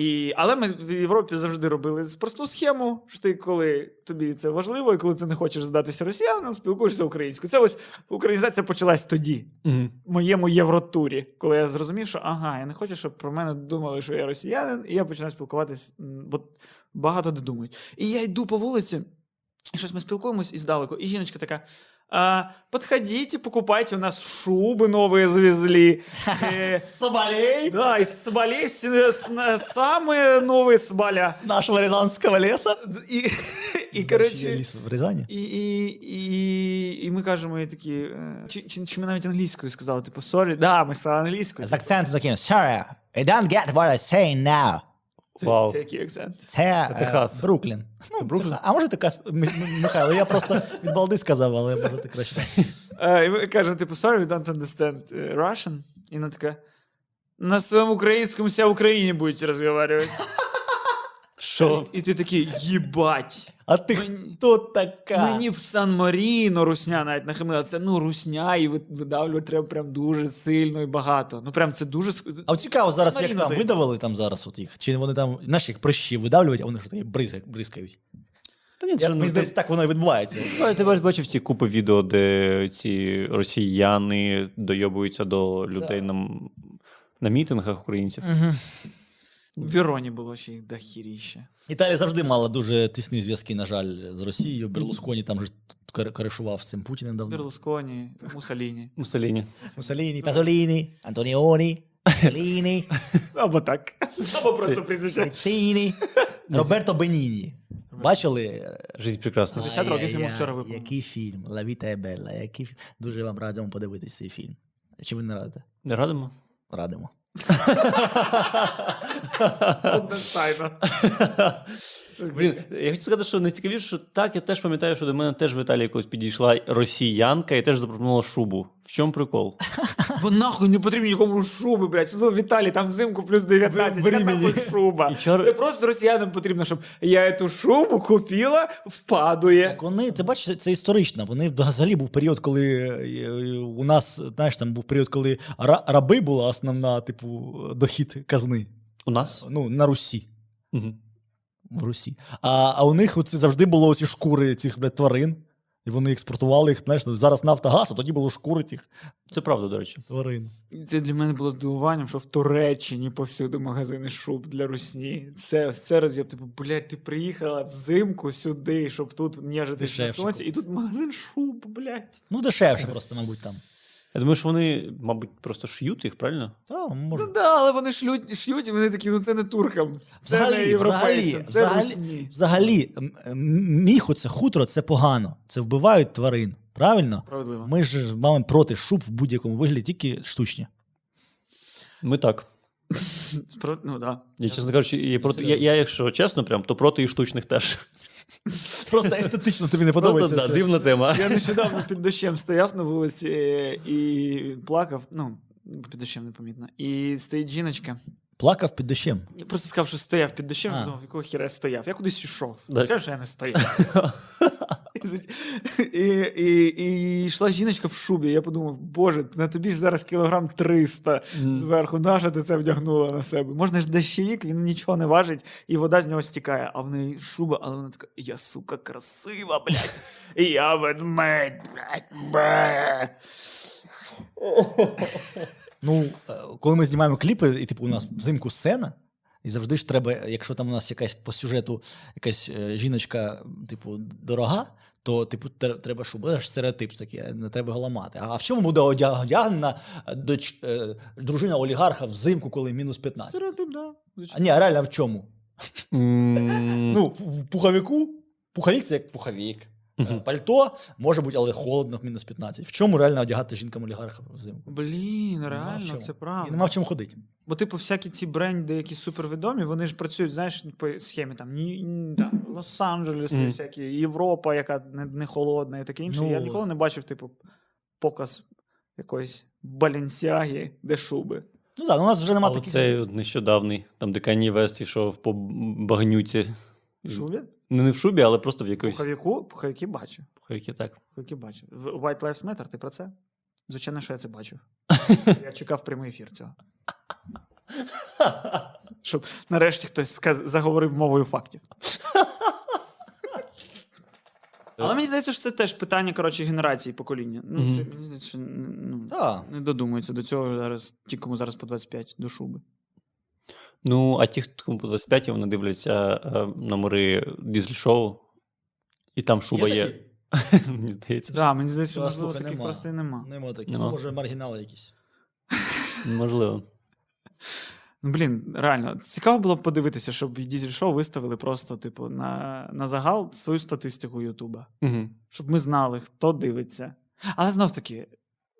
[SPEAKER 2] І, але ми в Європі завжди робили просту схему, що ти, коли тобі це важливо, і коли ти не хочеш здатися росіянам, спілкуєшся українською. Це ось українізація почалась тоді,
[SPEAKER 3] Мгм.
[SPEAKER 2] в моєму євротурі, коли я зрозумів, що ага, я не хочу, щоб про мене думали, що я росіянин, і я починаю спілкуватись, м, бо багато де думають. І я йду по вулиці, і щось ми спілкуємось і здалеку. І жіночка така: А, подходите, покупайте, у нас шубы новые завезли. Э,
[SPEAKER 1] Соболей
[SPEAKER 2] Да, из соболей все- е, с- на- самые новые соболя.
[SPEAKER 1] з нашого рязанського лісу.
[SPEAKER 2] И, и
[SPEAKER 1] Знаєш, є
[SPEAKER 2] короче,
[SPEAKER 1] ліс в Рязані.
[SPEAKER 2] І, і, і, і ми кажемо, і такі. е, Чи, чи, чи ми навіть англійською сказали? Типу, sorry, да, ми сказали англійською.
[SPEAKER 1] З акцентом таким sorry, I don't get what I say now.
[SPEAKER 2] Це,
[SPEAKER 3] Вау.
[SPEAKER 2] це який акцент.
[SPEAKER 1] Це,
[SPEAKER 3] Це
[SPEAKER 1] е,
[SPEAKER 3] Техас.
[SPEAKER 1] Бруклін. Ну,
[SPEAKER 3] Бруклін?
[SPEAKER 1] Теха- А може Техас, М- М- Михайло, я просто від балди сказав, але може ти краще.
[SPEAKER 2] Е, і ми кажемо, типу, sorry, we don't understand е, Russian. І вона така. На своєму українському вся в Україні будуть розмовляти.
[SPEAKER 3] Що?
[SPEAKER 2] І ти такий, їбать.
[SPEAKER 1] А ти
[SPEAKER 2] Мені-
[SPEAKER 1] хто така?
[SPEAKER 2] Мені в Сан Маріно русня навіть нахамила. Це ну русня, і ви- видавлювати треба прям дуже сильно і багато. Ну прям це дуже ск-
[SPEAKER 1] А от цікаво зараз, як
[SPEAKER 2] Маріна
[SPEAKER 1] там
[SPEAKER 2] дає.
[SPEAKER 1] видавали там зараз от їх, чи вони там, знаєш, як прищі видавлюють, а вони ж такі бризка- бризкають.
[SPEAKER 3] Та ні,
[SPEAKER 1] Я,
[SPEAKER 3] це
[SPEAKER 1] мені
[SPEAKER 3] ну,
[SPEAKER 1] здається, так воно і відбувається.
[SPEAKER 3] Ну, я тебе ж бачив ці купи відео, де ці росіяни дойобуються до людей на, м- на мітингах українців.
[SPEAKER 2] в Віроні було ще їх дохіріще.
[SPEAKER 1] Італія завжди мала дуже тісні зв'язки, на жаль, з Росією. Берлусконі там же ж кар- коришував з цим Путіним давно.
[SPEAKER 2] Берлусконі, Мусоліні.
[SPEAKER 3] Мусоліні.
[SPEAKER 1] Мусоліні, Пазоліні, Антоніоні, Ліні,
[SPEAKER 2] Або так. Або просто прізвище.
[SPEAKER 1] Реттіні, Роберто Беніні. Бачили? е,
[SPEAKER 3] Життя прекрасна.
[SPEAKER 2] 50
[SPEAKER 1] ай,
[SPEAKER 2] років
[SPEAKER 1] ай,
[SPEAKER 2] йому
[SPEAKER 1] ай,
[SPEAKER 2] вчора виповнилось.
[SPEAKER 1] Який фільм? La vita è bella. Який... фі- Дуже вам радимо подивитись цей фільм. Чи ви не радите?
[SPEAKER 3] Не радимо?
[SPEAKER 1] Радимо.
[SPEAKER 2] Одностайно.
[SPEAKER 3] Блін, я хочу сказати, що найцікавіше, що так, я теж пам'ятаю, що до мене теж в Італії якось підійшла росіянка і теж запропонувала шубу. В чому прикол?
[SPEAKER 2] Бо нахуй не потрібні нікому шуби, блядь. Ну, Віталій, там взимку плюс 19,
[SPEAKER 1] В
[SPEAKER 2] яка
[SPEAKER 1] Римі.
[SPEAKER 2] нахуй шуба.
[SPEAKER 3] І чор-
[SPEAKER 2] Це просто росіянам потрібно, щоб я цю шубу купила, впадує.
[SPEAKER 1] Так вони, ти бачиш, це- це історично. Вони взагалі був період, коли е, у нас, знаєш, там був період, коли ра- раби була основна, типу, дохід казни.
[SPEAKER 3] У нас?
[SPEAKER 1] Ну, на Русі.
[SPEAKER 3] Мгм.
[SPEAKER 1] в Русі. А, а у них оці завжди було ці шкури цих блядь, тварин, і вони експортували їх. Знаєш, ну, зараз Нафтогаз, а тоді було шкури цих
[SPEAKER 3] Це правда, до речі.
[SPEAKER 1] тварин.
[SPEAKER 2] І Це для мене було здивуванням, що в Туреччині повсюди магазини шуб для русні. Це все роз'єб. Типу, блядь, ти приїхала взимку сюди, щоб тут нежитись на
[SPEAKER 1] Дешевше
[SPEAKER 2] сонці, і тут магазин шуб, блядь.
[SPEAKER 1] Ну, дешевше просто, мабуть, там.
[SPEAKER 3] Я думаю, що вони, мабуть, просто шиють їх, правильно?
[SPEAKER 1] Та,
[SPEAKER 2] Ну
[SPEAKER 1] може.
[SPEAKER 2] да, але вони шлють, шлють, і вони такі, ну це не туркам, це не
[SPEAKER 1] Взагалі,
[SPEAKER 2] європейцям,
[SPEAKER 1] взагалі,
[SPEAKER 2] це
[SPEAKER 1] взагалі,
[SPEAKER 2] русні.
[SPEAKER 1] взагалі, м- м- міху це хутро, це погано. Це вбивають тварин. Правильно?
[SPEAKER 2] Справедливо.
[SPEAKER 1] Ми ж маємо проти шуб в будь-якому вигляді, тільки штучні.
[SPEAKER 3] Ми так.
[SPEAKER 2] Спра- Ну да.
[SPEAKER 3] Я, чесно кажучи, я, проти, я, я, якщо чесно, прям, то проти і штучних теж.
[SPEAKER 1] Просто естетично тобі не
[SPEAKER 3] Просто
[SPEAKER 1] подобається.
[SPEAKER 3] да,
[SPEAKER 1] це.
[SPEAKER 3] дивна тема.
[SPEAKER 2] Я нещодавно під дощем стояв на вулиці е, і плакав. Ну, під дощем непомітно. І стоїть жіночка.
[SPEAKER 1] Плакав під дощем.
[SPEAKER 2] Я просто сказав, що стояв під дощем,
[SPEAKER 1] А.
[SPEAKER 2] ну, якого хіра я стояв. Я кудись йшов.
[SPEAKER 3] Да.
[SPEAKER 2] Звичайно, що я не стояв. І, і, і йшла жіночка в шубі. Я подумав, боже, на тобі ж зараз кілограм 300
[SPEAKER 3] Мгм.
[SPEAKER 2] зверху. Наша ти це вдягнула на себе. Можна ж дощовік, він нічого не важить, і вода з нього стікає. А в неї шуба, але вона така: я сука красива, блядь. І Я ведмедь, блядь. бе».
[SPEAKER 1] Ну, е, коли ми знімаємо кліпи, і типу у нас взимку сцена, і завжди ж треба, якщо там у нас якась по сюжету якась е, жіночка, типу, дорога, то типу тер- треба шуба, це ж стереотип такий, е, не треба його ламати. А в чому буде одяг- одягнена е, доч... е, дружина олігарха взимку, коли мінус 15?
[SPEAKER 2] Стереотип, да.
[SPEAKER 1] А ні, а реально в чому?
[SPEAKER 3] М,
[SPEAKER 1] Ну, в в пуховику. Пуховік це як пуховік. Е,
[SPEAKER 3] Мгм.
[SPEAKER 1] Пальто може бути, але холодно в мінус 15. В чому реально одягати жінкам олігарха взимку?
[SPEAKER 2] Блін,
[SPEAKER 1] Нема Ну, в
[SPEAKER 2] реально,
[SPEAKER 1] чому.
[SPEAKER 2] це
[SPEAKER 1] І нема
[SPEAKER 2] правда.
[SPEAKER 1] в чому ходити.
[SPEAKER 2] Бо, типу, всякі ці бренди, які супервідомі, вони ж працюють, знаєш, по схемі там Ні- Ні- там, Лос-Анджелес,
[SPEAKER 3] Мгм.
[SPEAKER 2] всякі Європа, яка не, не холодна і таке інше.
[SPEAKER 1] Ну.
[SPEAKER 2] Я ніколи не бачив, типу, показ якоїсь балінсяги, де шуби.
[SPEAKER 1] Ну так, у нас вже нема
[SPEAKER 3] а
[SPEAKER 1] таких.
[SPEAKER 3] Оцей от нещодавний, там, де Кані Вест йшов по багнюці.
[SPEAKER 2] В Шубі?
[SPEAKER 3] Не не в шубі, але просто в якоїсь
[SPEAKER 2] Пуховіку, пуховіки бачу.
[SPEAKER 3] пуховіки, так.
[SPEAKER 2] Пуховіки бачу. В White Lives Matter, ти про це? Звичайно, що я це бачив. Я чекав прямий ефір цього. Щоб нарешті хтось сказ... заговорив мовою фактів. Але мені здається, що це теж питання коротше, генерації покоління. Ну,
[SPEAKER 3] Мгм.
[SPEAKER 2] що, мені здається, що ну,
[SPEAKER 1] Так.
[SPEAKER 2] не додумуються до цього зараз, ті, кому зараз по 25 до шуби.
[SPEAKER 3] Ну, а ті, хто по 25 вони дивляться е, номери дізель-шоу, і там шуба є.
[SPEAKER 1] такі?
[SPEAKER 3] Мені здається,
[SPEAKER 2] Да, мені здається,
[SPEAKER 1] Та,
[SPEAKER 2] можливо,
[SPEAKER 1] слухай,
[SPEAKER 2] таких
[SPEAKER 1] нема.
[SPEAKER 2] просто і нема.
[SPEAKER 1] Нема такі.
[SPEAKER 3] Нема.
[SPEAKER 1] Ну, може, маргінали якісь.
[SPEAKER 3] можливо.
[SPEAKER 2] Ну, Блін, реально, цікаво було б подивитися, щоб Дізель Шоу виставили просто, типу, на, на загал свою статистику Ютуба.
[SPEAKER 3] Мгм.
[SPEAKER 2] Щоб ми знали, хто дивиться. Але знов таки,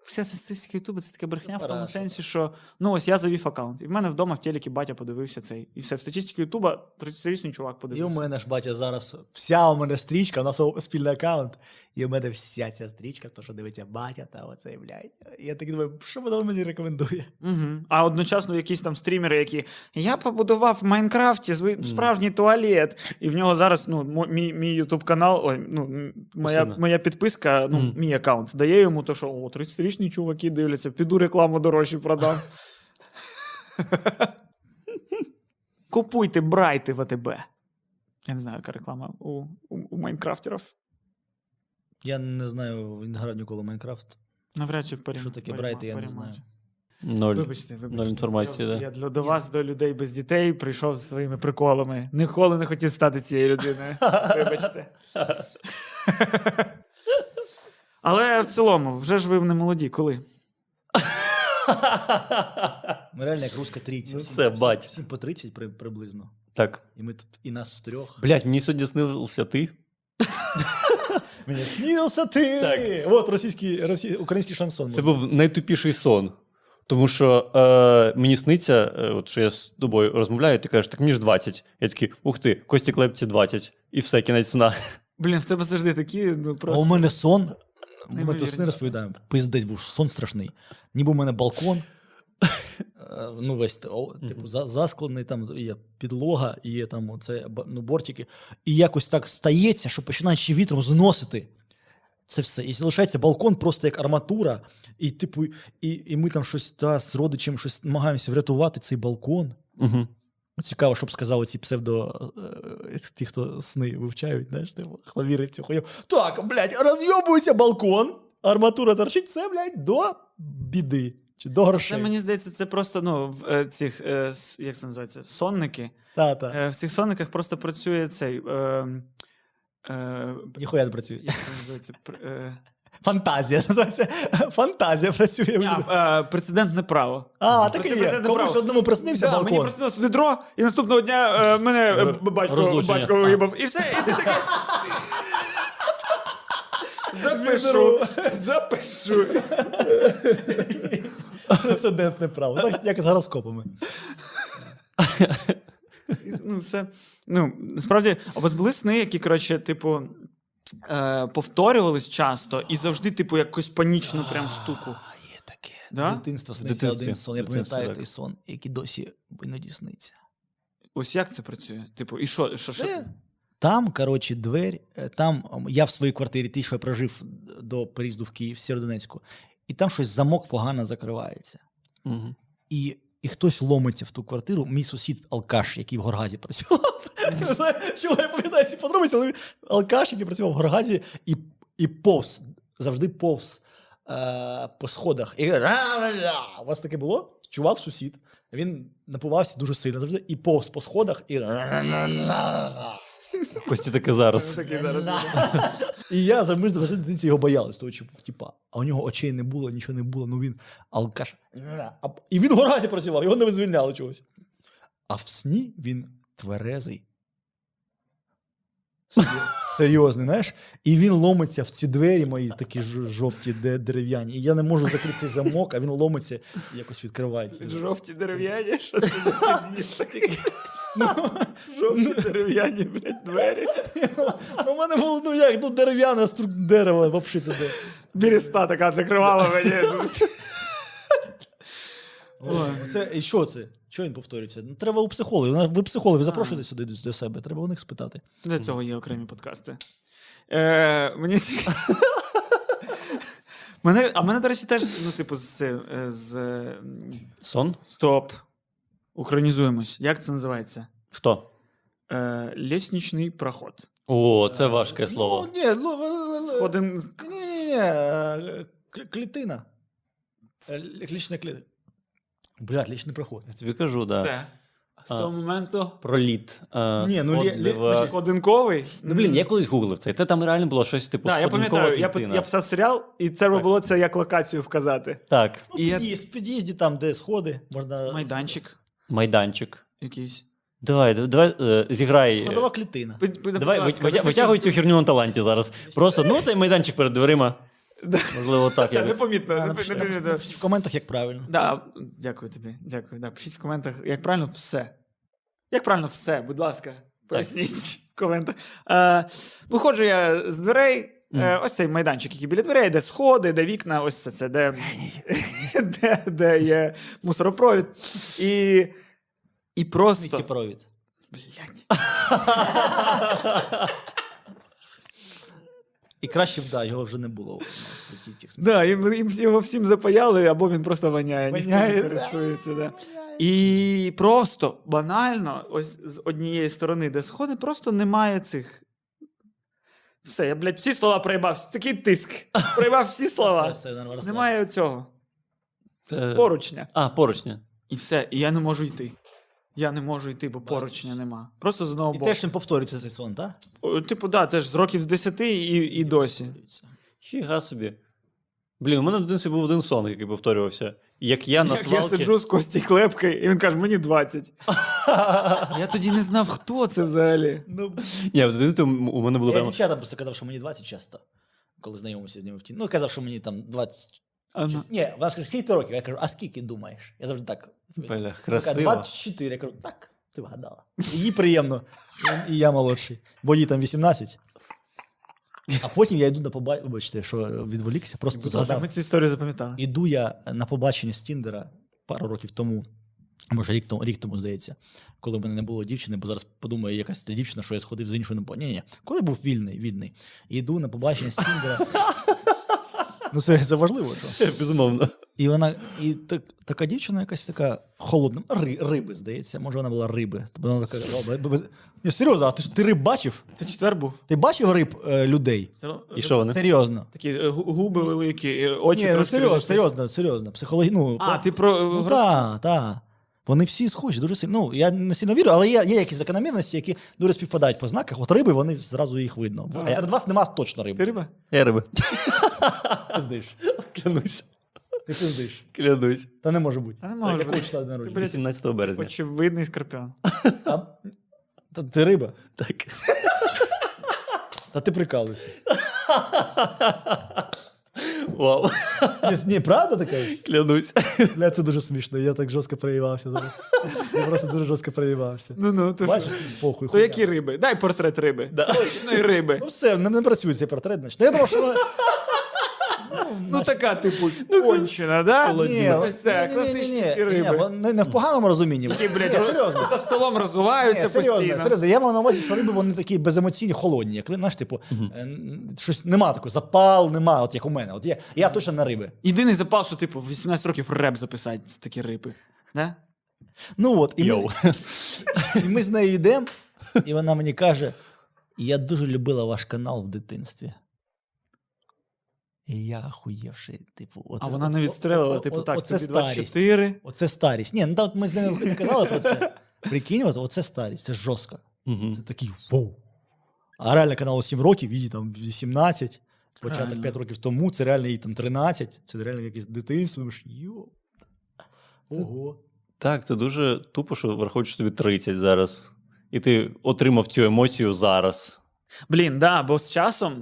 [SPEAKER 2] вся статистика Ютуба це така брехня в тому
[SPEAKER 1] Параша,
[SPEAKER 2] сенсі, що ну ось я завів аккаунт, і в мене вдома в телекі батя подивився цей. І все, в статистиці Ютуба 30-річний чувак
[SPEAKER 1] І у
[SPEAKER 2] подивився.
[SPEAKER 1] мене ж батя зараз вся у мене стрічка, у нас о- спільний аккаунт. І у мене вся ця стрічка, то що дивиться батя та оцей, блядь. І Я так думаю, що вона мені рекомендує?
[SPEAKER 2] Угу. А одночасно якісь там стрімери, які я побудував в Майнкрафті зви- справжній туалет, і в нього зараз ну, мо- мій, мій Ютуб канал, ой, ну, м, моя,
[SPEAKER 3] Постійно.
[SPEAKER 2] моя підписка, ну,
[SPEAKER 3] Мгм.
[SPEAKER 2] мій аккаунт дає йому то, що о, 30-річні чуваки дивляться, піду рекламу дорожче продам. Купуйте брайти в АТБ. Я не знаю, яка реклама у, у, у Майнкрафтерів.
[SPEAKER 1] Я не знаю, не грав ніколи Майнкрафт.
[SPEAKER 2] Навряд чи в парі-
[SPEAKER 1] Що таке
[SPEAKER 2] парі-
[SPEAKER 1] брайти, я не
[SPEAKER 2] парі-
[SPEAKER 1] знаю.
[SPEAKER 3] Ноль.
[SPEAKER 2] Вибачте,
[SPEAKER 3] Ноль
[SPEAKER 2] вибачте.
[SPEAKER 3] інформації,
[SPEAKER 2] я,
[SPEAKER 3] да.
[SPEAKER 2] я для, до вас, до людей без дітей, прийшов з своїми приколами. Ніколи не хотів стати цією людиною. Вибачте. Але в цілому, вже ж ви не молоді, коли?
[SPEAKER 1] Ми реально як руська трійця.
[SPEAKER 3] Ну
[SPEAKER 1] Всім-
[SPEAKER 3] все,
[SPEAKER 1] всім-
[SPEAKER 3] батя.
[SPEAKER 1] Всім по 30 при- приблизно.
[SPEAKER 3] Так.
[SPEAKER 1] І ми тут, і нас в трьох.
[SPEAKER 3] Блять, мені сьогодні снився ти.
[SPEAKER 1] Мені снілся ти!
[SPEAKER 3] Так.
[SPEAKER 1] От російський, росі... український шансон.
[SPEAKER 3] Це був найтупіший сон. Тому що е, мені сниться, е, от що я з тобою розмовляю, і ти кажеш, так мені ж 20. Я такий, ух ти, Кості Клепці 20. І все, кінець сна.
[SPEAKER 2] Блін, в тебе завжди такі, ну
[SPEAKER 1] А у
[SPEAKER 2] просто.
[SPEAKER 1] мене сон. Ми
[SPEAKER 2] Неймовірно.
[SPEAKER 1] тут сни розповідаємо. Пиздець був сон страшний. Ніби у мене балкон. е, Ну, весь о, типу, за- засклений, там є підлога, і є там оце, ба- ну, бортики. І якось так стається, що починає ще вітром зносити. Це все. І залишається балкон просто як арматура. І, типу, і, і ми там щось та, з родичем щось намагаємося врятувати цей балкон.
[SPEAKER 3] Угу.
[SPEAKER 1] Ну, Цікаво, що б сказали ці псевдо е, ті, хто сни вивчають, знаєш, типу, хлавіри в цю хуйню. Так, блядь, розйобується балкон, арматура торчить, це, блядь, до біди чи до
[SPEAKER 2] Це
[SPEAKER 1] грошей.
[SPEAKER 2] мені здається, це просто ну в е, цих е, с- як це називається? Сонники.
[SPEAKER 1] Та-та.
[SPEAKER 2] Е, В цих сонниках просто працює цей. Е, е,
[SPEAKER 1] Ніхуя не працює.
[SPEAKER 2] як це називається? Пр- е,
[SPEAKER 1] Фантазія називається. Фантазія працює.
[SPEAKER 2] ні,
[SPEAKER 1] блядь.
[SPEAKER 2] а, е, Прецедентне право.
[SPEAKER 1] А, так і
[SPEAKER 2] Працює
[SPEAKER 1] є.
[SPEAKER 2] президентне
[SPEAKER 1] Комусь
[SPEAKER 2] право.
[SPEAKER 1] одному приснився
[SPEAKER 2] Да, мені
[SPEAKER 1] балкон.
[SPEAKER 2] приснилось відро, і наступного дня е, мене е, б- батько,
[SPEAKER 3] Розлучення.
[SPEAKER 2] батько виїбав. І все, і ти такий. Запишу,
[SPEAKER 1] Відро.
[SPEAKER 2] запишу.
[SPEAKER 1] Прецедентне право. Так, як з гороскопами.
[SPEAKER 2] Ну, все. Ну, насправді, у вас були сни, які, коротше, типу, е, повторювались часто і завжди, типу, якусь панічну прям штуку.
[SPEAKER 1] Є таке.
[SPEAKER 2] Да?
[SPEAKER 1] З Дитинства сниться
[SPEAKER 3] Дитинстві.
[SPEAKER 1] один сон. Я
[SPEAKER 3] Дитинство,
[SPEAKER 1] пам'ятаю
[SPEAKER 3] так.
[SPEAKER 1] той сон, який досі іноді сниться.
[SPEAKER 2] Ось як це працює? Типу, і що? що, що?
[SPEAKER 1] Е, Там, коротше, двері, е, там ем, я в своїй квартирі, ті, що я прожив до приїзду в Київ, в Сєродонецьку, і там щось замок погано закривається.
[SPEAKER 3] Угу.
[SPEAKER 1] І, і хтось ломиться в ту квартиру. Мій сусід алкаш, який в Горгазі працював. Не знаю, чому я пам'ятаю ці подробиці, але він алкаш, який працював в Горгазі, і, і повз, завжди повз е, по сходах. І ра-ра-ра. У вас таке було? Чувак, сусід. Він напивався дуже сильно завжди і повз по сходах, і ра-ра-ра.
[SPEAKER 3] Кості таке зараз.
[SPEAKER 2] Такий зараз.
[SPEAKER 1] І я завжди завжди в дитинці його боялась, того чіп- типа. А у нього очей не було, нічого не було. Ну він алкаш. А- І він в Горазі працював, його не звільняли чогось. А в сні він тверезий. Серйо- Серйозний, знаєш? І він ломиться в ці двері мої, такі ж- жовті, де дерев'яні. І я не можу закрити цей замок, а він ломиться і якось відкривається.
[SPEAKER 2] Жовті дерев'яні, що це за підніс такий? Ну. Жовті дерев'яні, блядь, двері.
[SPEAKER 1] Ну, в мене було, ну як, ну дерев'яне струк дерева, вобшити де.
[SPEAKER 2] Береста така закривала мені. Ой.
[SPEAKER 1] Е, Це, і що це? Що він повторюється? Ну, треба у психологів. Ви психологів запрошуєте сюди до- до себе, треба у них спитати.
[SPEAKER 2] Для цього є окремі подкасти. Е, мені ці- мене, а мене, до речі, теж, ну, типу, з, цим, е, з е,
[SPEAKER 3] Сон?
[SPEAKER 2] стоп. Українізуємось. Як це називається?
[SPEAKER 3] Хто?
[SPEAKER 2] Е, Лісничний проход.
[SPEAKER 3] О, це важке слово.
[SPEAKER 1] Ну, ні, ну, ви-
[SPEAKER 2] Е.
[SPEAKER 1] ви- ви-
[SPEAKER 2] Сходин.
[SPEAKER 1] Ні, ні, ні. е, к- Клітина. Е, лі- Лічна клітина. Блядь, лічний проход.
[SPEAKER 3] Я тобі кажу, да.
[SPEAKER 2] Все. З цього моменту.
[SPEAKER 3] Проліт. е,
[SPEAKER 1] Ні, ну, лі- лі-
[SPEAKER 3] сходила-
[SPEAKER 2] Одинковий.
[SPEAKER 3] Ну, блін, я колись гуглив це. Те там реально було щось типу.
[SPEAKER 2] Так, я
[SPEAKER 3] сходникова
[SPEAKER 2] пам'ятаю, я, пи-
[SPEAKER 3] клітина.
[SPEAKER 2] я писав серіал, і треба
[SPEAKER 3] Так.
[SPEAKER 2] було це як локацію вказати.
[SPEAKER 3] Так,
[SPEAKER 1] Ну,
[SPEAKER 2] І я-
[SPEAKER 1] під'їзд, в під'їзді там, де сходи, можна.
[SPEAKER 2] Майданчик
[SPEAKER 3] майданчик.
[SPEAKER 2] якийсь.
[SPEAKER 3] Давай, д- давай е, зіграй.
[SPEAKER 1] Сходова клітина.
[SPEAKER 3] Давай, витя- витя- витягуй цю херню на таланті зараз. Просто ну цей майданчик перед дверима.
[SPEAKER 2] Да.
[SPEAKER 3] Можливо, так
[SPEAKER 2] Так,
[SPEAKER 3] якось.
[SPEAKER 2] непомітно.
[SPEAKER 1] Да,
[SPEAKER 2] не-
[SPEAKER 1] напишіть-
[SPEAKER 2] не- не- не-
[SPEAKER 1] напишіть Е, В коментах як правильно.
[SPEAKER 2] Да, дякую тобі. Дякую. Да, пишіть в коментах, як правильно все. Як правильно все, будь ласка, поясніть в коментах. Е, виходжу я з дверей. Е, ось цей майданчик, який біля дверей, де сходи, де вікна, ось це, це де, де, де є мусоропровід. І, і просто.
[SPEAKER 1] Міттєпровід.
[SPEAKER 2] Блядь.
[SPEAKER 1] І краще б да, його вже не було у нас у тій тих сміттях.
[SPEAKER 2] Да, їм, їм його всім запаяли, або він просто воняє, ніхто
[SPEAKER 1] Воняє,
[SPEAKER 2] не
[SPEAKER 1] да.
[SPEAKER 2] користується. Да. І просто банально, ось з однієї сторони, де сходи, просто немає цих. Все, я, блядь, всі слова проїбав, такий тиск. Проїбав всі
[SPEAKER 1] Все,
[SPEAKER 2] слова.
[SPEAKER 1] все, нормально, розслабся.
[SPEAKER 2] Немає цього.
[SPEAKER 3] Е,
[SPEAKER 2] Поручня.
[SPEAKER 3] А, поручня.
[SPEAKER 2] І все, і я не можу йти. Я не можу йти, бо поручня нема. Просто з одного
[SPEAKER 1] І
[SPEAKER 2] боку.
[SPEAKER 1] теж не повторюється цей сон, так?
[SPEAKER 2] О, Типу, да, теж з років з 10 і, і досі.
[SPEAKER 3] Фіга собі. Блін, у мене в дитинстві був один сон, який повторювався. Як я на
[SPEAKER 2] Як я
[SPEAKER 3] свалці.
[SPEAKER 2] сиджу з Кості Клепкою, і він каже, мені 20. Я тоді не знав, хто це взагалі.
[SPEAKER 1] Ну,
[SPEAKER 3] Ні, в дитинстві у мене було
[SPEAKER 1] я
[SPEAKER 3] прямо.
[SPEAKER 1] дівчатам просто казав, що мені 20 часто, коли знайомився з ними в тіні. Ну, казав, що мені там 20.
[SPEAKER 2] А, ну,
[SPEAKER 1] Ні, вона скаже, скільки ти років? Я кажу, а скільки думаєш? Я завжди так. Вона
[SPEAKER 3] Бля,
[SPEAKER 1] каже,
[SPEAKER 3] красиво.
[SPEAKER 1] 24. Я кажу, так, ти вгадала. Їй приємно. І я молодший. Бо їй там 18. А потім я йду на побачення. Вибачте, що відволікся, просто
[SPEAKER 2] Будь ласка,
[SPEAKER 1] згадав.
[SPEAKER 2] ми цю історію запам'ятали.
[SPEAKER 1] Іду я на побачення з Тіндера пару років тому, може рік тому, рік тому здається, коли в мене не було дівчини, бо зараз подумає якась та дівчина, що я сходив з іншою на по- Ні, ні, коли був вільний, вільний. І йду на побачення з Тіндера. Ну, це, це важливо. Що.
[SPEAKER 3] Безумовно.
[SPEAKER 1] І вона, і так, така дівчина якась така холодна, ри, риби, здається. Може, вона була риби. Тобто вона така, «О, бе- бе- бе- Ні, серйозно, а ти, ж- ти риб бачив?
[SPEAKER 2] Це четвер був.
[SPEAKER 1] Ти бачив риб е, людей?
[SPEAKER 3] І що вони?
[SPEAKER 1] Серйозно.
[SPEAKER 2] Такі е, гу- губи великі, е, очі
[SPEAKER 1] Ні, ну,
[SPEAKER 2] трошки.
[SPEAKER 1] серйозно,
[SPEAKER 2] розійшлися.
[SPEAKER 1] серйозно, серйозно. Психологі... Ну,
[SPEAKER 2] А,
[SPEAKER 1] про-
[SPEAKER 2] ти про е,
[SPEAKER 1] Ну,
[SPEAKER 2] гороскоп?
[SPEAKER 1] так, так. Вони всі схожі, дуже сильно. Ну, я не сильно вірю, але є, є якісь закономірності, які дуже співпадають по знаках. От риби, вони зразу їх видно.
[SPEAKER 2] Да.
[SPEAKER 1] А серед вас нема точно риби.
[SPEAKER 2] Ти риба?
[SPEAKER 3] Я риби.
[SPEAKER 1] Ти пиздиш.
[SPEAKER 3] Клянусь.
[SPEAKER 1] Ти пиздиш.
[SPEAKER 3] Клянусь.
[SPEAKER 1] Та не може бути.
[SPEAKER 2] Та не
[SPEAKER 1] Так,
[SPEAKER 2] може
[SPEAKER 1] Якого
[SPEAKER 2] бути.
[SPEAKER 1] числа день
[SPEAKER 2] Ти,
[SPEAKER 1] народження?
[SPEAKER 2] блядь,
[SPEAKER 3] 18 березня.
[SPEAKER 2] очевидний скорпіон.
[SPEAKER 1] А? Та ти риба.
[SPEAKER 3] Так.
[SPEAKER 1] Та ти прикалуйся.
[SPEAKER 3] Вау.
[SPEAKER 1] Ні, ні, правда така?
[SPEAKER 3] Клянусь.
[SPEAKER 1] Бля, це дуже смішно. Я так жорстко проїбався зараз. Я просто дуже жорстко проїбався.
[SPEAKER 2] Ну ну, ти
[SPEAKER 1] Бачиш,
[SPEAKER 2] що?
[SPEAKER 1] похуй.
[SPEAKER 2] То
[SPEAKER 1] хуйня.
[SPEAKER 2] які риби? Дай портрет риби.
[SPEAKER 3] Да.
[SPEAKER 2] Точної риби.
[SPEAKER 1] Ну все, не, не працює цей портрет, значить. Ну, я думав, що воно-
[SPEAKER 2] Ну така, типу, кончена, да?
[SPEAKER 1] Ні,
[SPEAKER 2] Ось це,
[SPEAKER 1] ні, ні, ні,
[SPEAKER 2] класичні
[SPEAKER 1] ні,
[SPEAKER 2] ці
[SPEAKER 1] ні,
[SPEAKER 2] риби.
[SPEAKER 1] вони не в поганому розумінні.
[SPEAKER 2] Які, блядь,
[SPEAKER 1] Ні,
[SPEAKER 2] роз-
[SPEAKER 1] серйозно.
[SPEAKER 2] за столом розуваються
[SPEAKER 1] Ні, серйозно,
[SPEAKER 2] постійно.
[SPEAKER 1] серйозно. Я мав на увазі, що риби вони такі беземоційні, холодні. Як знаєш, типу, е, н- щось нема такого, запал нема, от як у мене. От я, я точно на риби.
[SPEAKER 2] Єдиний запал, що типу в 18 років реп записати, це такі риби. Да?
[SPEAKER 1] Ну от, і ми,
[SPEAKER 3] Йоу.
[SPEAKER 1] і ми з нею йдемо, і вона мені каже: Я дуже любила ваш канал в дитинстві. І я охуєвши, типу, от,
[SPEAKER 2] А вона не відстрелила, типу, так,
[SPEAKER 1] оце
[SPEAKER 2] тобі
[SPEAKER 1] старість.
[SPEAKER 2] 24.
[SPEAKER 1] Оце старість. Ні, ну так ми з нею не казали про це. Прикинь, от, оце старість, це жорстко.
[SPEAKER 3] Мгм.
[SPEAKER 1] Це такий вау. А реально каналу 7 років, їй там 18, початок
[SPEAKER 2] Реально.
[SPEAKER 1] 5 років тому, це реально їй там 13, це реально якесь дитинство. Думаєш, йо. Ого.
[SPEAKER 3] Так, це дуже тупо, що враховуючи що тобі 30 зараз. І ти отримав цю емоцію зараз.
[SPEAKER 2] Блін, да, бо з часом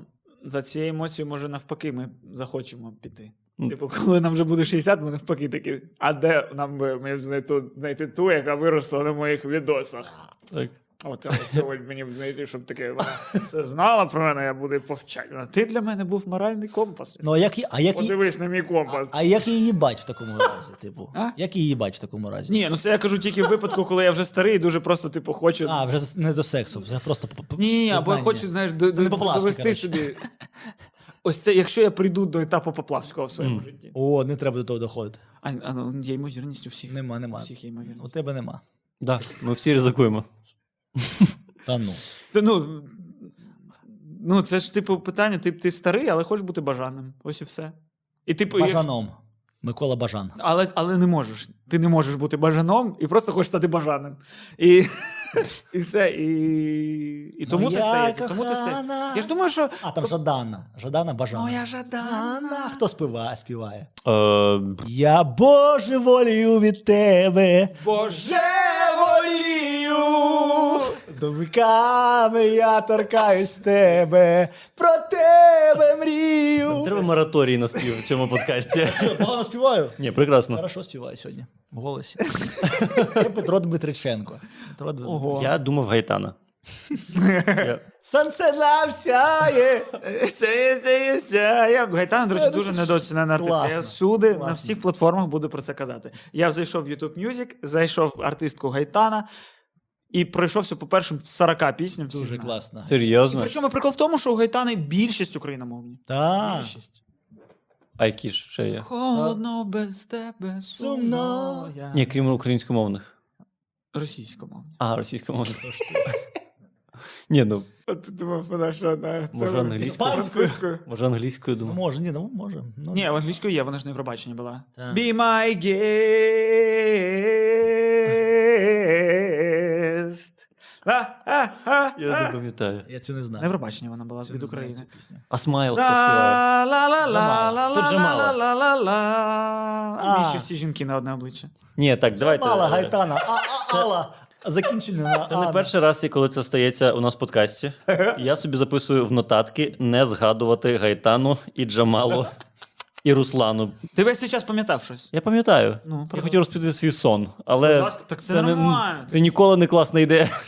[SPEAKER 2] за цією емоцією, може, навпаки, ми захочемо піти.
[SPEAKER 3] М.
[SPEAKER 2] Типу, коли нам вже буде 60, ми навпаки такі. А де нам би мені б знайти, знайти ту, яка виросла на моїх відосах?
[SPEAKER 3] Так.
[SPEAKER 2] От от сьогодні мені б знайти, щоб таке вона все знала про мене, я буду повчати. Вона, Ти для мене був моральний компас.
[SPEAKER 1] Ну, а як, її- а як, її-
[SPEAKER 2] Подивись на мій
[SPEAKER 1] а,
[SPEAKER 2] компас.
[SPEAKER 1] а як її їбать в такому разі, типу?
[SPEAKER 2] А?
[SPEAKER 1] Як її їбать в такому разі?
[SPEAKER 2] Ні, ну це я кажу тільки в випадку, коли я вже старий, і дуже просто, типу, хочу.
[SPEAKER 1] А, вже з- не до сексу, вже просто п- п-
[SPEAKER 2] Ні, або я
[SPEAKER 1] познання.
[SPEAKER 2] хочу, знаєш, до, до,
[SPEAKER 1] не Поплавський,
[SPEAKER 2] довести
[SPEAKER 1] коротше.
[SPEAKER 2] собі. Ось це, якщо я прийду до етапу Поплавського в своєму
[SPEAKER 3] Мгм.
[SPEAKER 2] житті.
[SPEAKER 1] О, не треба до того доходити.
[SPEAKER 2] А, а ну, є ймовірність у всіх.
[SPEAKER 1] Нема,
[SPEAKER 2] У
[SPEAKER 1] нема.
[SPEAKER 2] всіх є
[SPEAKER 1] У
[SPEAKER 2] ймовірність.
[SPEAKER 1] тебе нема.
[SPEAKER 3] Так, ми всі ризикуємо.
[SPEAKER 1] Та ну.
[SPEAKER 2] Це, ну, ну, це ж типу питання, ти, ти старий, але хочеш бути бажаним. Ось і все. І типу, як-
[SPEAKER 1] Бажаном. Микола Бажан.
[SPEAKER 2] Але, але не можеш. Ти не можеш бути бажаном і просто хочеш стати бажаним. І, і все. І, і тому це
[SPEAKER 1] Моя
[SPEAKER 2] стається. Тому це стається.
[SPEAKER 1] кохана.
[SPEAKER 2] Я ж думаю, що.
[SPEAKER 1] А, там Жадана. Жадана Бажана.
[SPEAKER 2] Моя жадана.
[SPEAKER 1] А хто співає, співає?
[SPEAKER 3] Е,
[SPEAKER 2] Ну,
[SPEAKER 1] Я Боже волію від тебе.
[SPEAKER 2] Боже волію!
[SPEAKER 1] Домиками я торкаюсь тебе. Про тебе мрію.
[SPEAKER 3] треба мораторій на спів в цьому подкасті.
[SPEAKER 1] Погано співаю.
[SPEAKER 3] Ні, прекрасно.
[SPEAKER 1] Хорошо співаю сьогодні. В голосі. Я Петро Дмитриченко. Петро Дмитриченко.
[SPEAKER 2] Ого.
[SPEAKER 3] Я думав Гайтана. Я-
[SPEAKER 1] Сонце нам сяє.
[SPEAKER 2] Сяє, сяє, сяє. Гайтан, до речі, дуже недооцінена артистка. Я
[SPEAKER 1] Класно,
[SPEAKER 2] всюди на
[SPEAKER 1] класно.
[SPEAKER 2] всіх платформах буду про це казати. Я зайшов в YouTube Music, зайшов в артистку Гайтана і пройшовся по першим 40 пісням. всі
[SPEAKER 1] Дуже
[SPEAKER 2] знають.
[SPEAKER 1] класно.
[SPEAKER 2] І
[SPEAKER 3] Серйозно?
[SPEAKER 2] причому прикол в тому, що у Гайтани більшість україномовні.
[SPEAKER 1] Так.
[SPEAKER 2] Більшість.
[SPEAKER 3] А які ж ще є?
[SPEAKER 2] Холодно без тебе, сумно. я.
[SPEAKER 3] Ні, крім українськомовних.
[SPEAKER 2] Російськомовні.
[SPEAKER 3] А, російськомовних. Ні, ну
[SPEAKER 2] От ти думав, вона що вона
[SPEAKER 3] Може,
[SPEAKER 2] це
[SPEAKER 3] англійською?
[SPEAKER 2] французькою?
[SPEAKER 3] може англійською думав.
[SPEAKER 1] Може, ні, ну може. Ну,
[SPEAKER 2] Ні, в англійською є, вона ж на Євробаченні була.
[SPEAKER 1] Так.
[SPEAKER 2] Be my guest. А, а, а,
[SPEAKER 3] Я не
[SPEAKER 2] а.
[SPEAKER 3] пам'ятаю.
[SPEAKER 1] Я цю не
[SPEAKER 2] На
[SPEAKER 1] знаю.
[SPEAKER 2] Євробаченні вона була
[SPEAKER 1] Цю
[SPEAKER 2] від
[SPEAKER 1] не знаю
[SPEAKER 2] України.
[SPEAKER 1] цю пісню.
[SPEAKER 3] А смайл хто співає?
[SPEAKER 2] Ла ла ла ла ла
[SPEAKER 3] Джамала. Тут Джамала.
[SPEAKER 2] ла ла ла ла ла
[SPEAKER 1] А.
[SPEAKER 2] ще всі жінки на одне обличчя.
[SPEAKER 3] Ні, так, давайте.
[SPEAKER 1] Мала
[SPEAKER 3] е,
[SPEAKER 1] Гайтана. А, а, Алла. Закінчення на
[SPEAKER 3] Це не
[SPEAKER 1] Анна.
[SPEAKER 3] перший раз, і коли це стається у нас в подкасті. Я собі записую в нотатки не згадувати Гайтану і Джамалу і Руслану.
[SPEAKER 2] Ти весь цей час пам'ятав щось.
[SPEAKER 3] Я пам'ятаю.
[SPEAKER 2] Ну,
[SPEAKER 3] я
[SPEAKER 2] правда.
[SPEAKER 3] хотів розповісти свій сон, але
[SPEAKER 2] Будь ласка, так це
[SPEAKER 3] не-
[SPEAKER 2] нормально.
[SPEAKER 3] це ніколи не класна ідея.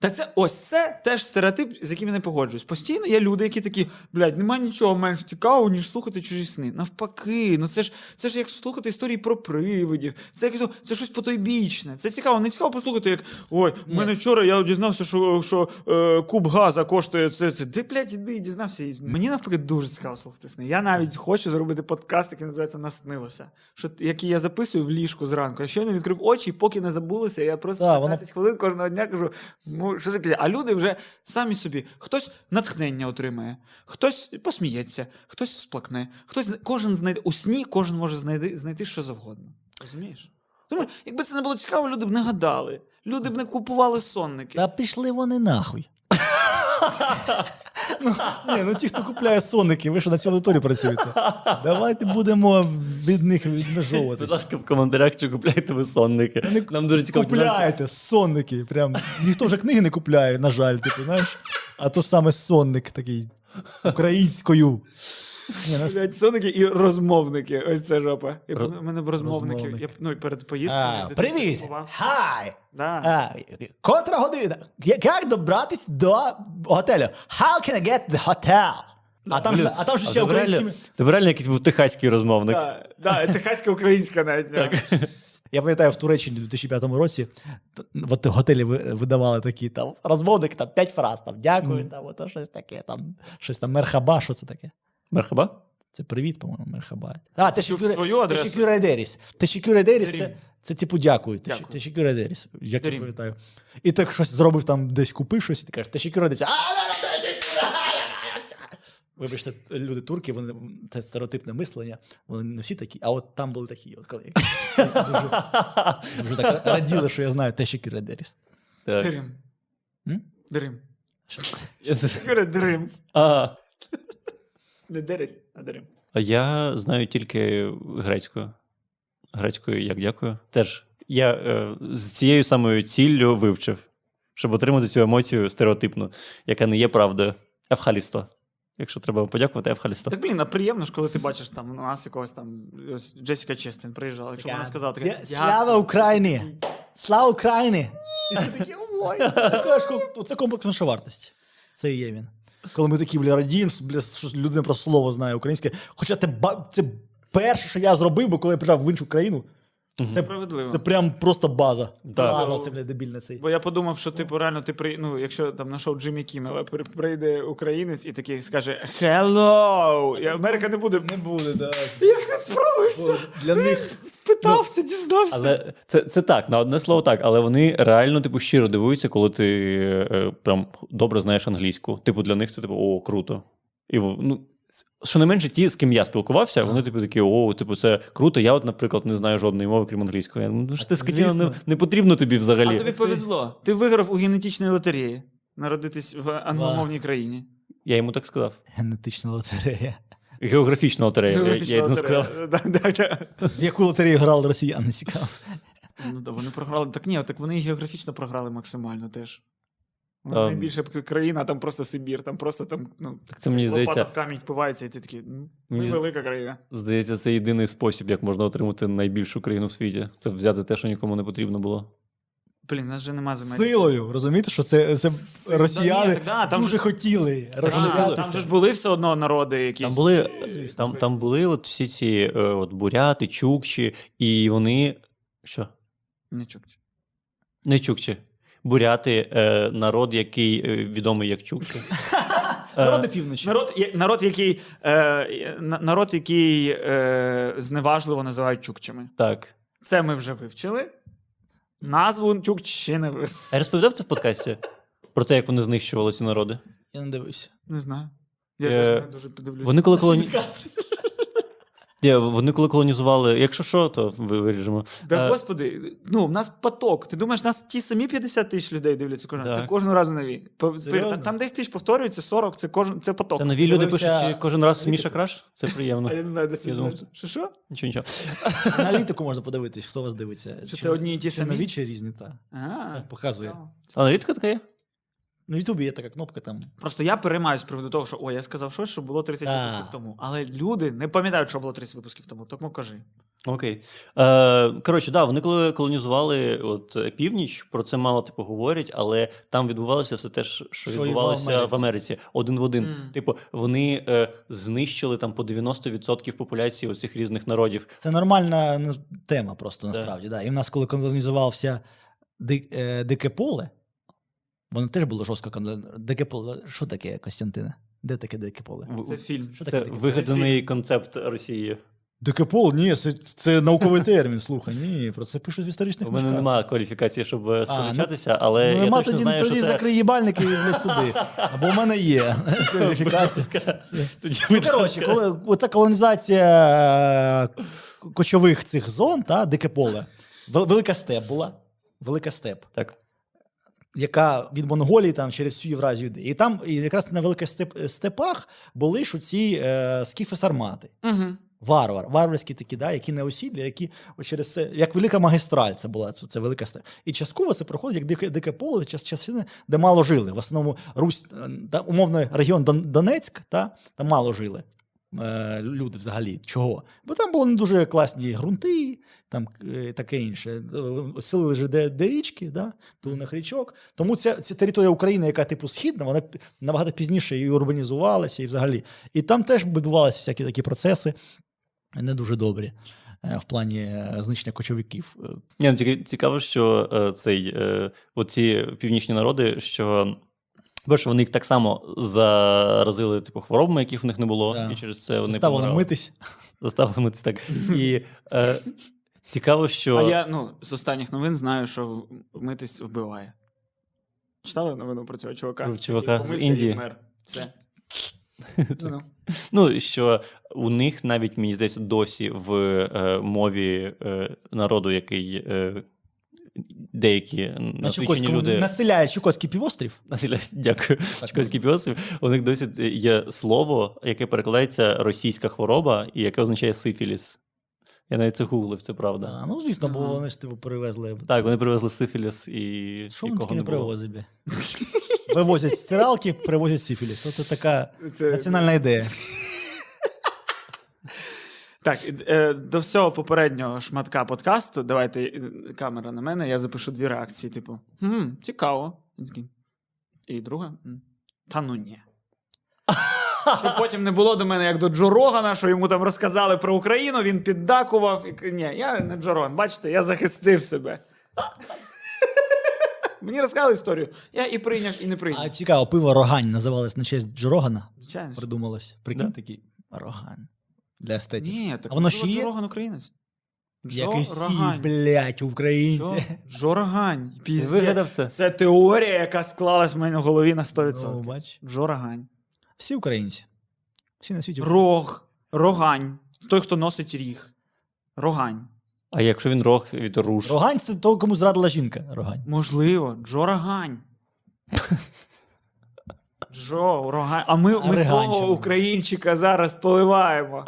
[SPEAKER 2] Та це ось це теж стереотип, з яким я не погоджуюсь. Постійно є люди, які такі, блядь, нема нічого менш цікавого, ніж слухати чужі сни. Навпаки, ну це ж це ж як слухати історії про привидів. Це якось це щось потойбічне. Це цікаво, не цікаво послухати, як ой, в мене вчора я дізнався, що, що е, куб газа коштує це. це. Ти, блядь, іди, дізнався. І Мені навпаки дуже цікаво слухати сни. Я навіть хочу зробити подкаст, який називається Наснилося. Що який я записую в ліжку зранку. Я щойно відкрив очі, і поки не забулися, я просто
[SPEAKER 1] Да, воно
[SPEAKER 2] 15 хвилин кожного дня кажу, ну, що за пізня? А люди вже самі собі. Хтось натхнення отримає, хтось посміється, хтось сплакне, хтось кожен знайде у сні, кожен може знайти, знайти що завгодно. Розумієш? Тому, якби це не було цікаво, люди б не гадали. Люди б не купували сонники.
[SPEAKER 1] Та пішли вони нахуй. ну, ні, ну ті, хто купляє сонники, ви що на цю аудиторію працюєте. Давайте будемо від них
[SPEAKER 3] Будь
[SPEAKER 1] відмежовуватися.
[SPEAKER 3] ласка, в коментарях чи купляйте ви сонники. Нам дуже цікаво дізнатися.
[SPEAKER 1] Купляєте сонники. Прям ніхто вже книги не купляє, на жаль, типу, знаєш. А то саме сонник такий українською. Ні, нас...
[SPEAKER 2] Блядь, сонники і розмовники. Ось це жопа. Я,
[SPEAKER 3] Ро-
[SPEAKER 2] У мене б розмовників.
[SPEAKER 1] розмовники.
[SPEAKER 2] Я, б, ну, і перед поїздкою. я
[SPEAKER 1] А,
[SPEAKER 2] дитинці
[SPEAKER 1] привіт!
[SPEAKER 2] купував.
[SPEAKER 1] Хай!
[SPEAKER 2] Да.
[SPEAKER 1] А, котра година? Як, як добратись до готелю? How can I get the hotel? А там, ж, а там ж
[SPEAKER 3] А
[SPEAKER 1] ще
[SPEAKER 3] тебе реально-
[SPEAKER 1] українськими.
[SPEAKER 3] Тебе реально якийсь був техаський розмовник.
[SPEAKER 2] Да, да, техаська українська навіть.
[SPEAKER 1] Я пам'ятаю, в Туреччині у 2005 році т- от готелі ви- видавали такі там розмовник, там 5 фраз, там дякую, там ото щось таке, там щось там мерхаба, що це таке?
[SPEAKER 3] Мерхаба?
[SPEAKER 1] Це привіт, по-моєму, мерхаба. А, те
[SPEAKER 2] в свою адресу.
[SPEAKER 1] Деріс. Тешікюре Деріс
[SPEAKER 2] Дерім.
[SPEAKER 1] це, це типу дякую.
[SPEAKER 2] Дякую.
[SPEAKER 1] Тешікюре Деріс. Як я
[SPEAKER 2] Дерім.
[SPEAKER 1] пам'ятаю. І так щось зробив там десь купив щось, і ти кажеш, Тешікюре Деріс. А, да, да, «Тешікюре Деріс». Вибачте, люди турки, вони це стереотипне мислення, вони не всі такі, а от там були такі. От коли Дуже так раділи, що я знаю те, що Кіра Деріс.
[SPEAKER 3] Так.
[SPEAKER 2] Дрим.
[SPEAKER 1] М?
[SPEAKER 2] Дрим. Говорю, дрим.
[SPEAKER 3] А,
[SPEAKER 2] Не дерись, а дрим.
[SPEAKER 3] А Я знаю тільки грецькою. Грецькою, як дякую. Теж я е, з цією самою ціллю вивчив, щоб отримати цю емоцію стереотипну, яка не є правдою. Евхалісто. Якщо треба подякувати, Евхалісто.
[SPEAKER 2] Так блін, а приємно ж, коли ти бачиш там у нас якогось там ось Джесіка Честин приїжджала, якщо вона сказала таке.
[SPEAKER 1] Є-
[SPEAKER 2] «Дякую».
[SPEAKER 1] Слава Україні! Слава Україні! І всі такі, ой, це, кажеш, ком- це комплекс меншовартості. Це і є він. Коли ми такі, бля, радіємо, бля, що людина про слово знає українське. Хоча це, ба- це перше, що я зробив, бо коли я приїжджав в іншу країну,
[SPEAKER 2] Це справедливо.
[SPEAKER 1] це прям просто база.
[SPEAKER 3] Да.
[SPEAKER 1] База, це, бля, дебільне цей.
[SPEAKER 2] Бо я подумав, що типу реально ти при... ну, якщо там на шоу Джиммі Кіммела при- прийде українець і такий скаже Hello! І Америка не буде.
[SPEAKER 1] Не буде, да.
[SPEAKER 2] Я хоч справився.
[SPEAKER 1] Для них.
[SPEAKER 2] Спитався, дізнався.
[SPEAKER 3] Але це, це так, на одне слово так, але вони реально типу щиро дивуються, коли ти е, прям добре знаєш англійську. Типу, для них це типу о, круто. І в- ну, що не менше, ті, з ким я спілкувався, вони типу такі: о, типу, це круто. Я, от, наприклад, не знаю жодної мови, крім англійської. Я думаю, ну що ти скотіна, не,
[SPEAKER 2] Звісно.
[SPEAKER 3] не потрібно тобі взагалі.
[SPEAKER 2] А тобі повезло. Ти виграв у генетичній лотереї народитись в англомовній країні.
[SPEAKER 3] Я йому так сказав.
[SPEAKER 1] Генетична лотерея.
[SPEAKER 3] Географічна лотерея. я-
[SPEAKER 2] Географічна
[SPEAKER 3] я, я не
[SPEAKER 2] лотерея.
[SPEAKER 3] сказав.
[SPEAKER 2] Да, да, да.
[SPEAKER 1] В яку лотерею грали росіяни, цікаво.
[SPEAKER 2] Ну, да, вони програли. Так ні, так вони і географічно програли максимально теж. Вони
[SPEAKER 3] Ам.
[SPEAKER 2] найбільша к- країна, а там просто Сибір, там просто там, ну,
[SPEAKER 3] Так це мені
[SPEAKER 2] лопата
[SPEAKER 3] здається-
[SPEAKER 2] в камінь впивається, і ти такий, ну, ми
[SPEAKER 3] Мені з-
[SPEAKER 2] велика країна.
[SPEAKER 3] Здається, це єдиний спосіб, як можна отримати найбільшу країну в світі. Це взяти те, що нікому не потрібно було.
[SPEAKER 2] Блін, нас же нема земель.
[SPEAKER 1] Силою, розумієте, що це, це
[SPEAKER 2] Сил- Да,
[SPEAKER 1] росіяни
[SPEAKER 2] ні, так, да, там
[SPEAKER 1] дуже
[SPEAKER 2] ж-
[SPEAKER 1] хотіли
[SPEAKER 2] Та,
[SPEAKER 1] розвиватися.
[SPEAKER 2] там же ж були все одно народи якісь. е,
[SPEAKER 3] Там були, е,
[SPEAKER 2] Звісно.
[SPEAKER 3] там, там були от всі ці е, от буряти, чукчі, і вони. Що?
[SPEAKER 2] Не чукчі.
[SPEAKER 3] Не чукчі. Буряти е, народ, який е, відомий як чукчі. Е,
[SPEAKER 1] Народи півночі.
[SPEAKER 2] Народ, я- народ, який, е, на- народ, який е, зневажливо називають чукчами.
[SPEAKER 3] Так.
[SPEAKER 2] Це ми вже вивчили. Назву чукчини ви-
[SPEAKER 3] А я розповідав це в подкасті про те, як вони знищували ці народи.
[SPEAKER 1] Я не дивився.
[SPEAKER 2] Не знаю. Я
[SPEAKER 3] Е,
[SPEAKER 2] теж не дуже подивлюся.
[SPEAKER 3] Вони коли, колоні...
[SPEAKER 1] Підкаст.
[SPEAKER 3] Ні, вони коли колонізували, якщо що, то ви- виріжемо.
[SPEAKER 2] Да,
[SPEAKER 3] Е,
[SPEAKER 2] господи, ну в нас поток. Ти думаєш, нас ті самі 50 тисяч людей дивляться кожен раз. Це
[SPEAKER 3] Так.
[SPEAKER 2] кожного разу нові. По- по-
[SPEAKER 1] Серйозно?
[SPEAKER 2] Там 10 тисяч повторюється, 40, це кожен це поток.
[SPEAKER 3] Та нові люди
[SPEAKER 1] Дивився-
[SPEAKER 3] пишуть кожен раз Міша Краш. Це приємно.
[SPEAKER 2] А я не знаю, де це
[SPEAKER 3] Я думав,
[SPEAKER 2] знаєш. Що що?
[SPEAKER 3] Нічого нічого.
[SPEAKER 1] Аналітику можна подивитись, хто вас дивиться.
[SPEAKER 2] Чи це одні і ті
[SPEAKER 1] чи
[SPEAKER 2] самі?
[SPEAKER 1] нові, чи різні, та.
[SPEAKER 2] А,
[SPEAKER 1] Так, показує.
[SPEAKER 2] цікаво.
[SPEAKER 3] Аналітика така є?
[SPEAKER 1] На Ютубі є така кнопка там.
[SPEAKER 2] Просто я переймаюсь з приводу того, що ой, я сказав щось, що було 30
[SPEAKER 1] Так.
[SPEAKER 2] випусків тому. Але люди не пам'ятають, що було 30 випусків тому. Тому кажи.
[SPEAKER 3] Окей. Е, коротше, да, вони коли колонізували от е, північ, про це мало типу говорять, але там відбувалося все те, ж,
[SPEAKER 1] Що
[SPEAKER 3] що
[SPEAKER 1] і в
[SPEAKER 3] відбувалося в Америці.
[SPEAKER 1] Америці.
[SPEAKER 3] один в один.
[SPEAKER 2] Мгм.
[SPEAKER 3] Типу, вони е, знищили там по 90% популяції оцих різних народів.
[SPEAKER 1] Це нормальна ну, тема просто
[SPEAKER 3] Да.
[SPEAKER 1] насправді. Да. І в нас, коли колонізувався ди- е, дике поле, воно теж було жорстко колонізовано. Дике поле. Що таке, Костянтине? Де таке дике поле?
[SPEAKER 3] В-
[SPEAKER 2] Це фільм.
[SPEAKER 1] Що
[SPEAKER 3] Це
[SPEAKER 1] таке дике?
[SPEAKER 3] вигаданий концепт Росії.
[SPEAKER 1] Дике поле? Ні, це, це науковий термін. Слухай, ні, про це пишуть в історичних
[SPEAKER 3] У мене
[SPEAKER 1] книжках.
[SPEAKER 3] немає кваліфікації, щоб е,
[SPEAKER 1] ну-
[SPEAKER 3] сперечатися, але
[SPEAKER 1] ну,
[SPEAKER 3] я
[SPEAKER 1] нема
[SPEAKER 3] точно
[SPEAKER 1] тоді,
[SPEAKER 3] знаю,
[SPEAKER 1] тоді
[SPEAKER 3] що це...
[SPEAKER 1] закрий їбальник і не суди. Або в мене є кваліфікація.
[SPEAKER 3] Тоді
[SPEAKER 1] Ну, коротше, коли оця колонізація е, кочових цих зон, та, дике поле, Вел- велика степ була. Велика степ,
[SPEAKER 3] Так.
[SPEAKER 1] яка від Монголії там через всю Євразію йде. І там і якраз на великих степ, степах були ж оці е, скіфи-сармати.
[SPEAKER 2] Угу.
[SPEAKER 1] Варвар, варварські такі, да, які не осідлі, які от через це, як велика магістраль, це була це, це велика степ. І частково це проходить як дике, дике поле, час частини, де мало жили. В основному Русь, е, та, умовно, регіон Дон- Донецьк, та, там мало жили. е, Люди взагалі чого? Бо там були не дуже класні ґрунти, там е, таке інше. Сили ж де, де річки, да? долинах річок. Тому ця, ця територія України, яка типу східна, вона п- набагато пізніше і урбанізувалася, і взагалі. І там теж відбувалися всякі такі процеси не дуже добрі е, в плані е, знищення кочовиків. Е,
[SPEAKER 3] Ні, ну, ціка- цікаво, що е, цей, е, оці північні народи, що перше, вони їх так само заразили типу, хворобами, яких в них не було,
[SPEAKER 1] Да.
[SPEAKER 3] і через це вони
[SPEAKER 1] Заставили
[SPEAKER 3] помирали.
[SPEAKER 1] митись.
[SPEAKER 3] Заставили митись так. І е, цікаво, що
[SPEAKER 2] А я ну, з останніх новин знаю, що в- митись вбиває. Читали новину про цього чувака?
[SPEAKER 3] Про чувака з
[SPEAKER 2] який помився і
[SPEAKER 3] Індії.
[SPEAKER 2] вмер. Все. Ну-ну.
[SPEAKER 3] ну що у них навіть мені здається досі в е, мові е, народу, який е, деякі
[SPEAKER 1] На
[SPEAKER 3] насвідчені
[SPEAKER 1] Чукотському
[SPEAKER 3] люди
[SPEAKER 1] населяє Чукотський півострів.
[SPEAKER 3] Насиля, дякую.
[SPEAKER 1] Так.
[SPEAKER 3] Чукотський півострів. У них досі е, є слово, яке перекладається російська хвороба, і яке означає сифіліс. Я навіть це гуглив, це правда.
[SPEAKER 1] Да, ну, звісно, бо
[SPEAKER 2] Ага.
[SPEAKER 1] вони ж типу перевезли.
[SPEAKER 3] Так, вони привезли сифіліс і
[SPEAKER 1] Що вони
[SPEAKER 3] якого
[SPEAKER 1] тільки не
[SPEAKER 3] було.
[SPEAKER 1] привозять? бля? Вивозять стиралки, привозять сифіліс. Оце така
[SPEAKER 2] Це-
[SPEAKER 1] національна ідея.
[SPEAKER 2] Так, і, е, до всього попереднього шматка подкасту, давайте е, камера на мене, я запишу дві реакції: типу, хм, цікаво. Він такий, І друга. «М, Та ну ні. Щоб потім не було до мене, як до Джо Рогана, що йому там розказали про Україну, він піддакував. І... к- Ні, я не Джо Роган, бачите, я захистив себе. Мені розказали історію. Я і прийняв, і не
[SPEAKER 1] А
[SPEAKER 2] прийняв.
[SPEAKER 1] цікаво, пиво Рогань називалось на честь Джорогана.
[SPEAKER 2] Звичайно. ж.
[SPEAKER 1] Придумалось.
[SPEAKER 3] Да.
[SPEAKER 1] Прикинь, такий Роган. Для естетики.
[SPEAKER 2] Ні, так
[SPEAKER 1] А воно
[SPEAKER 2] можливо,
[SPEAKER 1] ще є?
[SPEAKER 2] Джо Роган українець. Джо
[SPEAKER 1] Як і всі,
[SPEAKER 2] Рогань.
[SPEAKER 1] блядь,
[SPEAKER 2] Що?
[SPEAKER 1] українці.
[SPEAKER 2] Жоргань.
[SPEAKER 3] Ти
[SPEAKER 2] Пізде.
[SPEAKER 3] вигадав це.
[SPEAKER 2] Це теорія, яка склалась в мене в голові
[SPEAKER 1] Ну,
[SPEAKER 2] на 100%.
[SPEAKER 1] бач.
[SPEAKER 2] Жоргань.
[SPEAKER 1] Всі українці. Всі на світі.
[SPEAKER 2] Рог, рогань. Той, хто носить ріг. Рогань.
[SPEAKER 3] А якщо він рог від руш?
[SPEAKER 1] Рогань це того, кому зрадила жінка. Рогань.
[SPEAKER 2] Можливо, Джо Рогань. Джо, Рогань. А ми, ми
[SPEAKER 1] Риганчева.
[SPEAKER 2] слово українчика зараз поливаємо.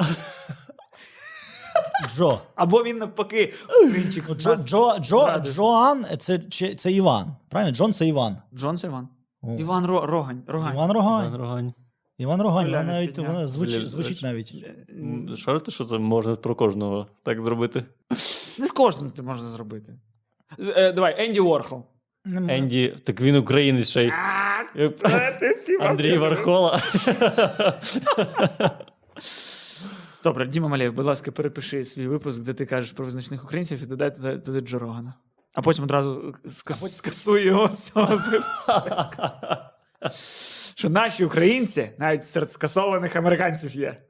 [SPEAKER 1] Джо.
[SPEAKER 2] Або він навпаки, українчик.
[SPEAKER 1] Ну, Джо,
[SPEAKER 2] нас-
[SPEAKER 1] Джо, Джо,
[SPEAKER 2] зрадив.
[SPEAKER 1] Джоан це, чи- це Іван. Правильно? Джон це Іван.
[SPEAKER 2] Джон це Іван.
[SPEAKER 1] О.
[SPEAKER 2] Іван Ро- Рогань. Рогань.
[SPEAKER 1] Іван
[SPEAKER 3] Іван
[SPEAKER 1] Рогань.
[SPEAKER 3] Рогань.
[SPEAKER 1] Іван Рогань. Вона
[SPEAKER 2] Поляна
[SPEAKER 1] навіть
[SPEAKER 2] підняв.
[SPEAKER 1] вона
[SPEAKER 3] Бля,
[SPEAKER 1] звучить, звучить навіть.
[SPEAKER 2] М,
[SPEAKER 3] Шарите, що це можна про кожного так зробити?
[SPEAKER 2] Не з кожним ти можна зробити. З- е, Давай, Енді Уорхол.
[SPEAKER 1] Нема.
[SPEAKER 3] Енді, так він українець ще й. Андрій Вархола.
[SPEAKER 2] Добре, Діма Малєв, будь ласка, перепиши свій випуск, де ти кажеш про визначних українців і додай туди, туди Джо Рогана. А потім одразу скас... скасуй його з цього випуску. Що наші українці навіть серед скасованих американців є.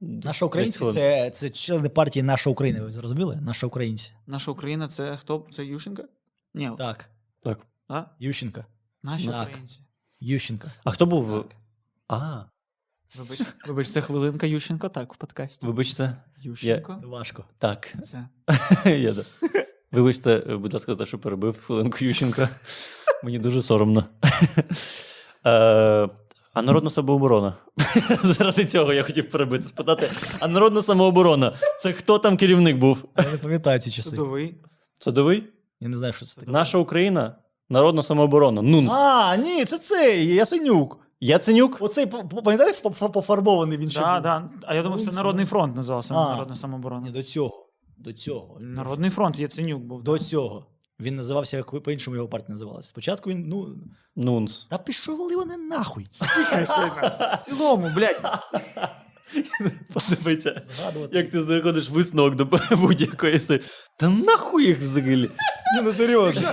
[SPEAKER 1] Наша українці
[SPEAKER 3] Десь хвилин.
[SPEAKER 1] це, це члени партії Наша Україна. Ви зрозуміли? Наша українці.
[SPEAKER 2] Наша Україна це хто? Це Ющенка? Ні,
[SPEAKER 1] Так.
[SPEAKER 3] Так.
[SPEAKER 2] а?
[SPEAKER 1] Ющенка.
[SPEAKER 2] наші
[SPEAKER 1] Так.
[SPEAKER 2] українці.
[SPEAKER 1] Ющенка.
[SPEAKER 3] А хто був? А,
[SPEAKER 2] Вибач, вибач, це хвилинка Ющенка, так, в подкасті.
[SPEAKER 3] вибачте.
[SPEAKER 2] Ющенко.
[SPEAKER 1] Важко.
[SPEAKER 3] Так.
[SPEAKER 2] Все.
[SPEAKER 3] Я да. Вибачте, е, будь ласка, за те, що перебив хвилинку Ющенка. Мені дуже соромно. Е, А народна самооборона. Заради цього я хотів перебити, спитати. А народна самооборона. Це хто там керівник був?
[SPEAKER 1] Я не пам'ятаю ці часи.
[SPEAKER 2] Судовий.
[SPEAKER 3] Садовий?
[SPEAKER 1] Я не знаю, що це таке.
[SPEAKER 3] Наша Україна? Народна самооборона. Нунс.
[SPEAKER 1] А, ні, це цей, Ясенюк.
[SPEAKER 3] Яценюк?
[SPEAKER 1] Оцей, по- по- пам'ятаєте, по- по- пофарбований він ще
[SPEAKER 2] Да,
[SPEAKER 1] був?
[SPEAKER 2] да. А я думав, це Народний фронт називався
[SPEAKER 1] А.
[SPEAKER 2] Народна
[SPEAKER 1] Ні,
[SPEAKER 2] самооборона.
[SPEAKER 1] до цього. До цього.
[SPEAKER 2] Народний фронт, Яценюк був.
[SPEAKER 1] До цього. Він називався, як ви- по-іншому його партія називалася. Спочатку він, ну.
[SPEAKER 3] Нунс.
[SPEAKER 1] Та пішов вони нахуй.
[SPEAKER 2] В цілому, блядь.
[SPEAKER 3] Подивися.
[SPEAKER 1] Згадувати.
[SPEAKER 3] Як ти знаходиш висновок до будь-якої сни. Та нахуй їх взагалі?
[SPEAKER 1] Ні, ну серйозно.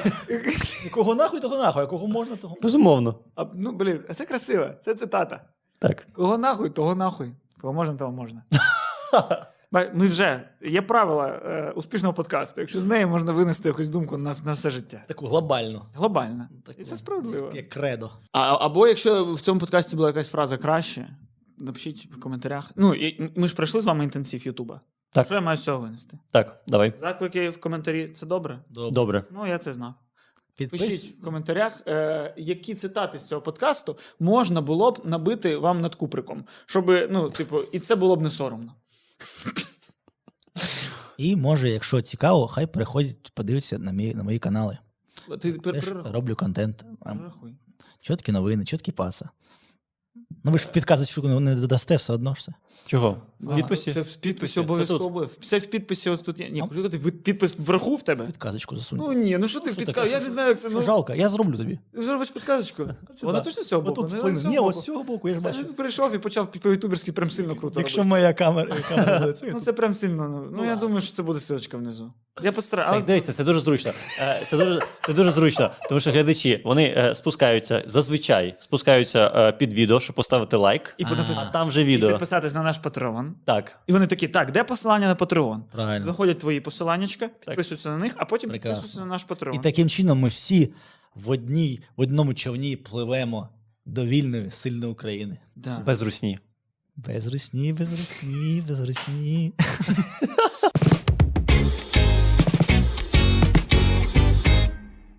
[SPEAKER 1] Кого нахуй, того нахуй, а кого можна, того.
[SPEAKER 3] Безумовно.
[SPEAKER 2] А, ну, блін, а це красиво. Це цитата.
[SPEAKER 3] Так.
[SPEAKER 2] Кого нахуй, того нахуй. Кого можна, того можна. Ба- Ми вже є правила е, успішного подкасту. Якщо з неї можна винести якусь думку на, на все життя.
[SPEAKER 1] Таку глобально.
[SPEAKER 2] Глобально.
[SPEAKER 1] Таку,
[SPEAKER 2] І це справедливо.
[SPEAKER 1] Як кредо.
[SPEAKER 2] А, або якщо в цьому подкасті була якась фраза краще, напишіть в коментарях. Ну, і- ми ж пройшли з вами інтенсив Ютуба.
[SPEAKER 3] Так.
[SPEAKER 2] Що я маю з цього винести?
[SPEAKER 3] Так, давай.
[SPEAKER 2] Заклики в коментарі це добре?
[SPEAKER 1] Добре.
[SPEAKER 3] Добре.
[SPEAKER 2] Ну, я це знав.
[SPEAKER 1] Підпишіть.
[SPEAKER 2] Пишіть в коментарях, е, які цитати з цього подкасту можна було б набити вам над куприком. Щоб, ну, типу, і це було б не соромно.
[SPEAKER 1] І може, якщо цікаво, хай переходять, подивляться на, мій, на мої канали.
[SPEAKER 2] Ти
[SPEAKER 1] Теж ем,
[SPEAKER 2] перерахуй.
[SPEAKER 1] роблю контент. Ам,
[SPEAKER 2] Перерахуй.
[SPEAKER 1] Чіткі новини, чіткі паса. Ну ви ж в підказі що не додасте все одно ж це.
[SPEAKER 3] Чого?
[SPEAKER 2] А,
[SPEAKER 3] Підписі?
[SPEAKER 2] Це в підписі
[SPEAKER 3] Це
[SPEAKER 2] обов'язково.
[SPEAKER 3] тут.
[SPEAKER 2] буде. Все в підписі ось тут. є. Ні,
[SPEAKER 1] А?
[SPEAKER 2] кажу, ти в- підпис вверху в тебе?
[SPEAKER 1] Підказочку засуньте.
[SPEAKER 2] Ну ні, ну що ти
[SPEAKER 1] що
[SPEAKER 2] підказуєш?
[SPEAKER 1] таке?
[SPEAKER 2] Я не знаю, як це. Ну,
[SPEAKER 1] Жалко, я зроблю тобі.
[SPEAKER 2] Зробиш підказочку.
[SPEAKER 1] Це
[SPEAKER 2] Вона
[SPEAKER 1] да.
[SPEAKER 2] точно з цього боку?
[SPEAKER 1] Отут
[SPEAKER 2] Не,
[SPEAKER 1] вплине.
[SPEAKER 2] з цього
[SPEAKER 1] Ні, ось
[SPEAKER 2] боку.
[SPEAKER 1] з цього боку, я ж
[SPEAKER 2] Це ж
[SPEAKER 1] бачу.
[SPEAKER 2] він прийшов і почав по-ютуберськи прям сильно круто
[SPEAKER 1] Якщо
[SPEAKER 2] робити.
[SPEAKER 1] моя камера, камера буде це,
[SPEAKER 2] Ну
[SPEAKER 1] то-
[SPEAKER 2] це прям сильно. Ну,
[SPEAKER 1] Ну,
[SPEAKER 2] я
[SPEAKER 1] ладно.
[SPEAKER 2] думаю, що це буде силочка внизу. Я
[SPEAKER 3] Так,
[SPEAKER 2] постараюся.
[SPEAKER 3] дивіться, це дуже зручно. Е, Це дуже, це дуже зручно, тому що глядачі вони е, спускаються зазвичай спускаються е, під відео, щоб поставити лайк,
[SPEAKER 2] І
[SPEAKER 3] а
[SPEAKER 2] понаписати.
[SPEAKER 3] там вже
[SPEAKER 2] І
[SPEAKER 3] відео.
[SPEAKER 2] підписатись на наш Patreon.
[SPEAKER 3] Так,
[SPEAKER 2] І вони такі, так, де посилання на Patreon?
[SPEAKER 1] Правильно.
[SPEAKER 2] Знаходять твої посиланнячка, підписуються на них, а потім
[SPEAKER 1] Прекрасно.
[SPEAKER 2] підписуються на наш Patreon.
[SPEAKER 1] І таким чином ми всі в одній, в одному човні пливемо до вільної, сильної України.
[SPEAKER 2] Да.
[SPEAKER 3] без русні.
[SPEAKER 1] Без русні, без русні, без русні.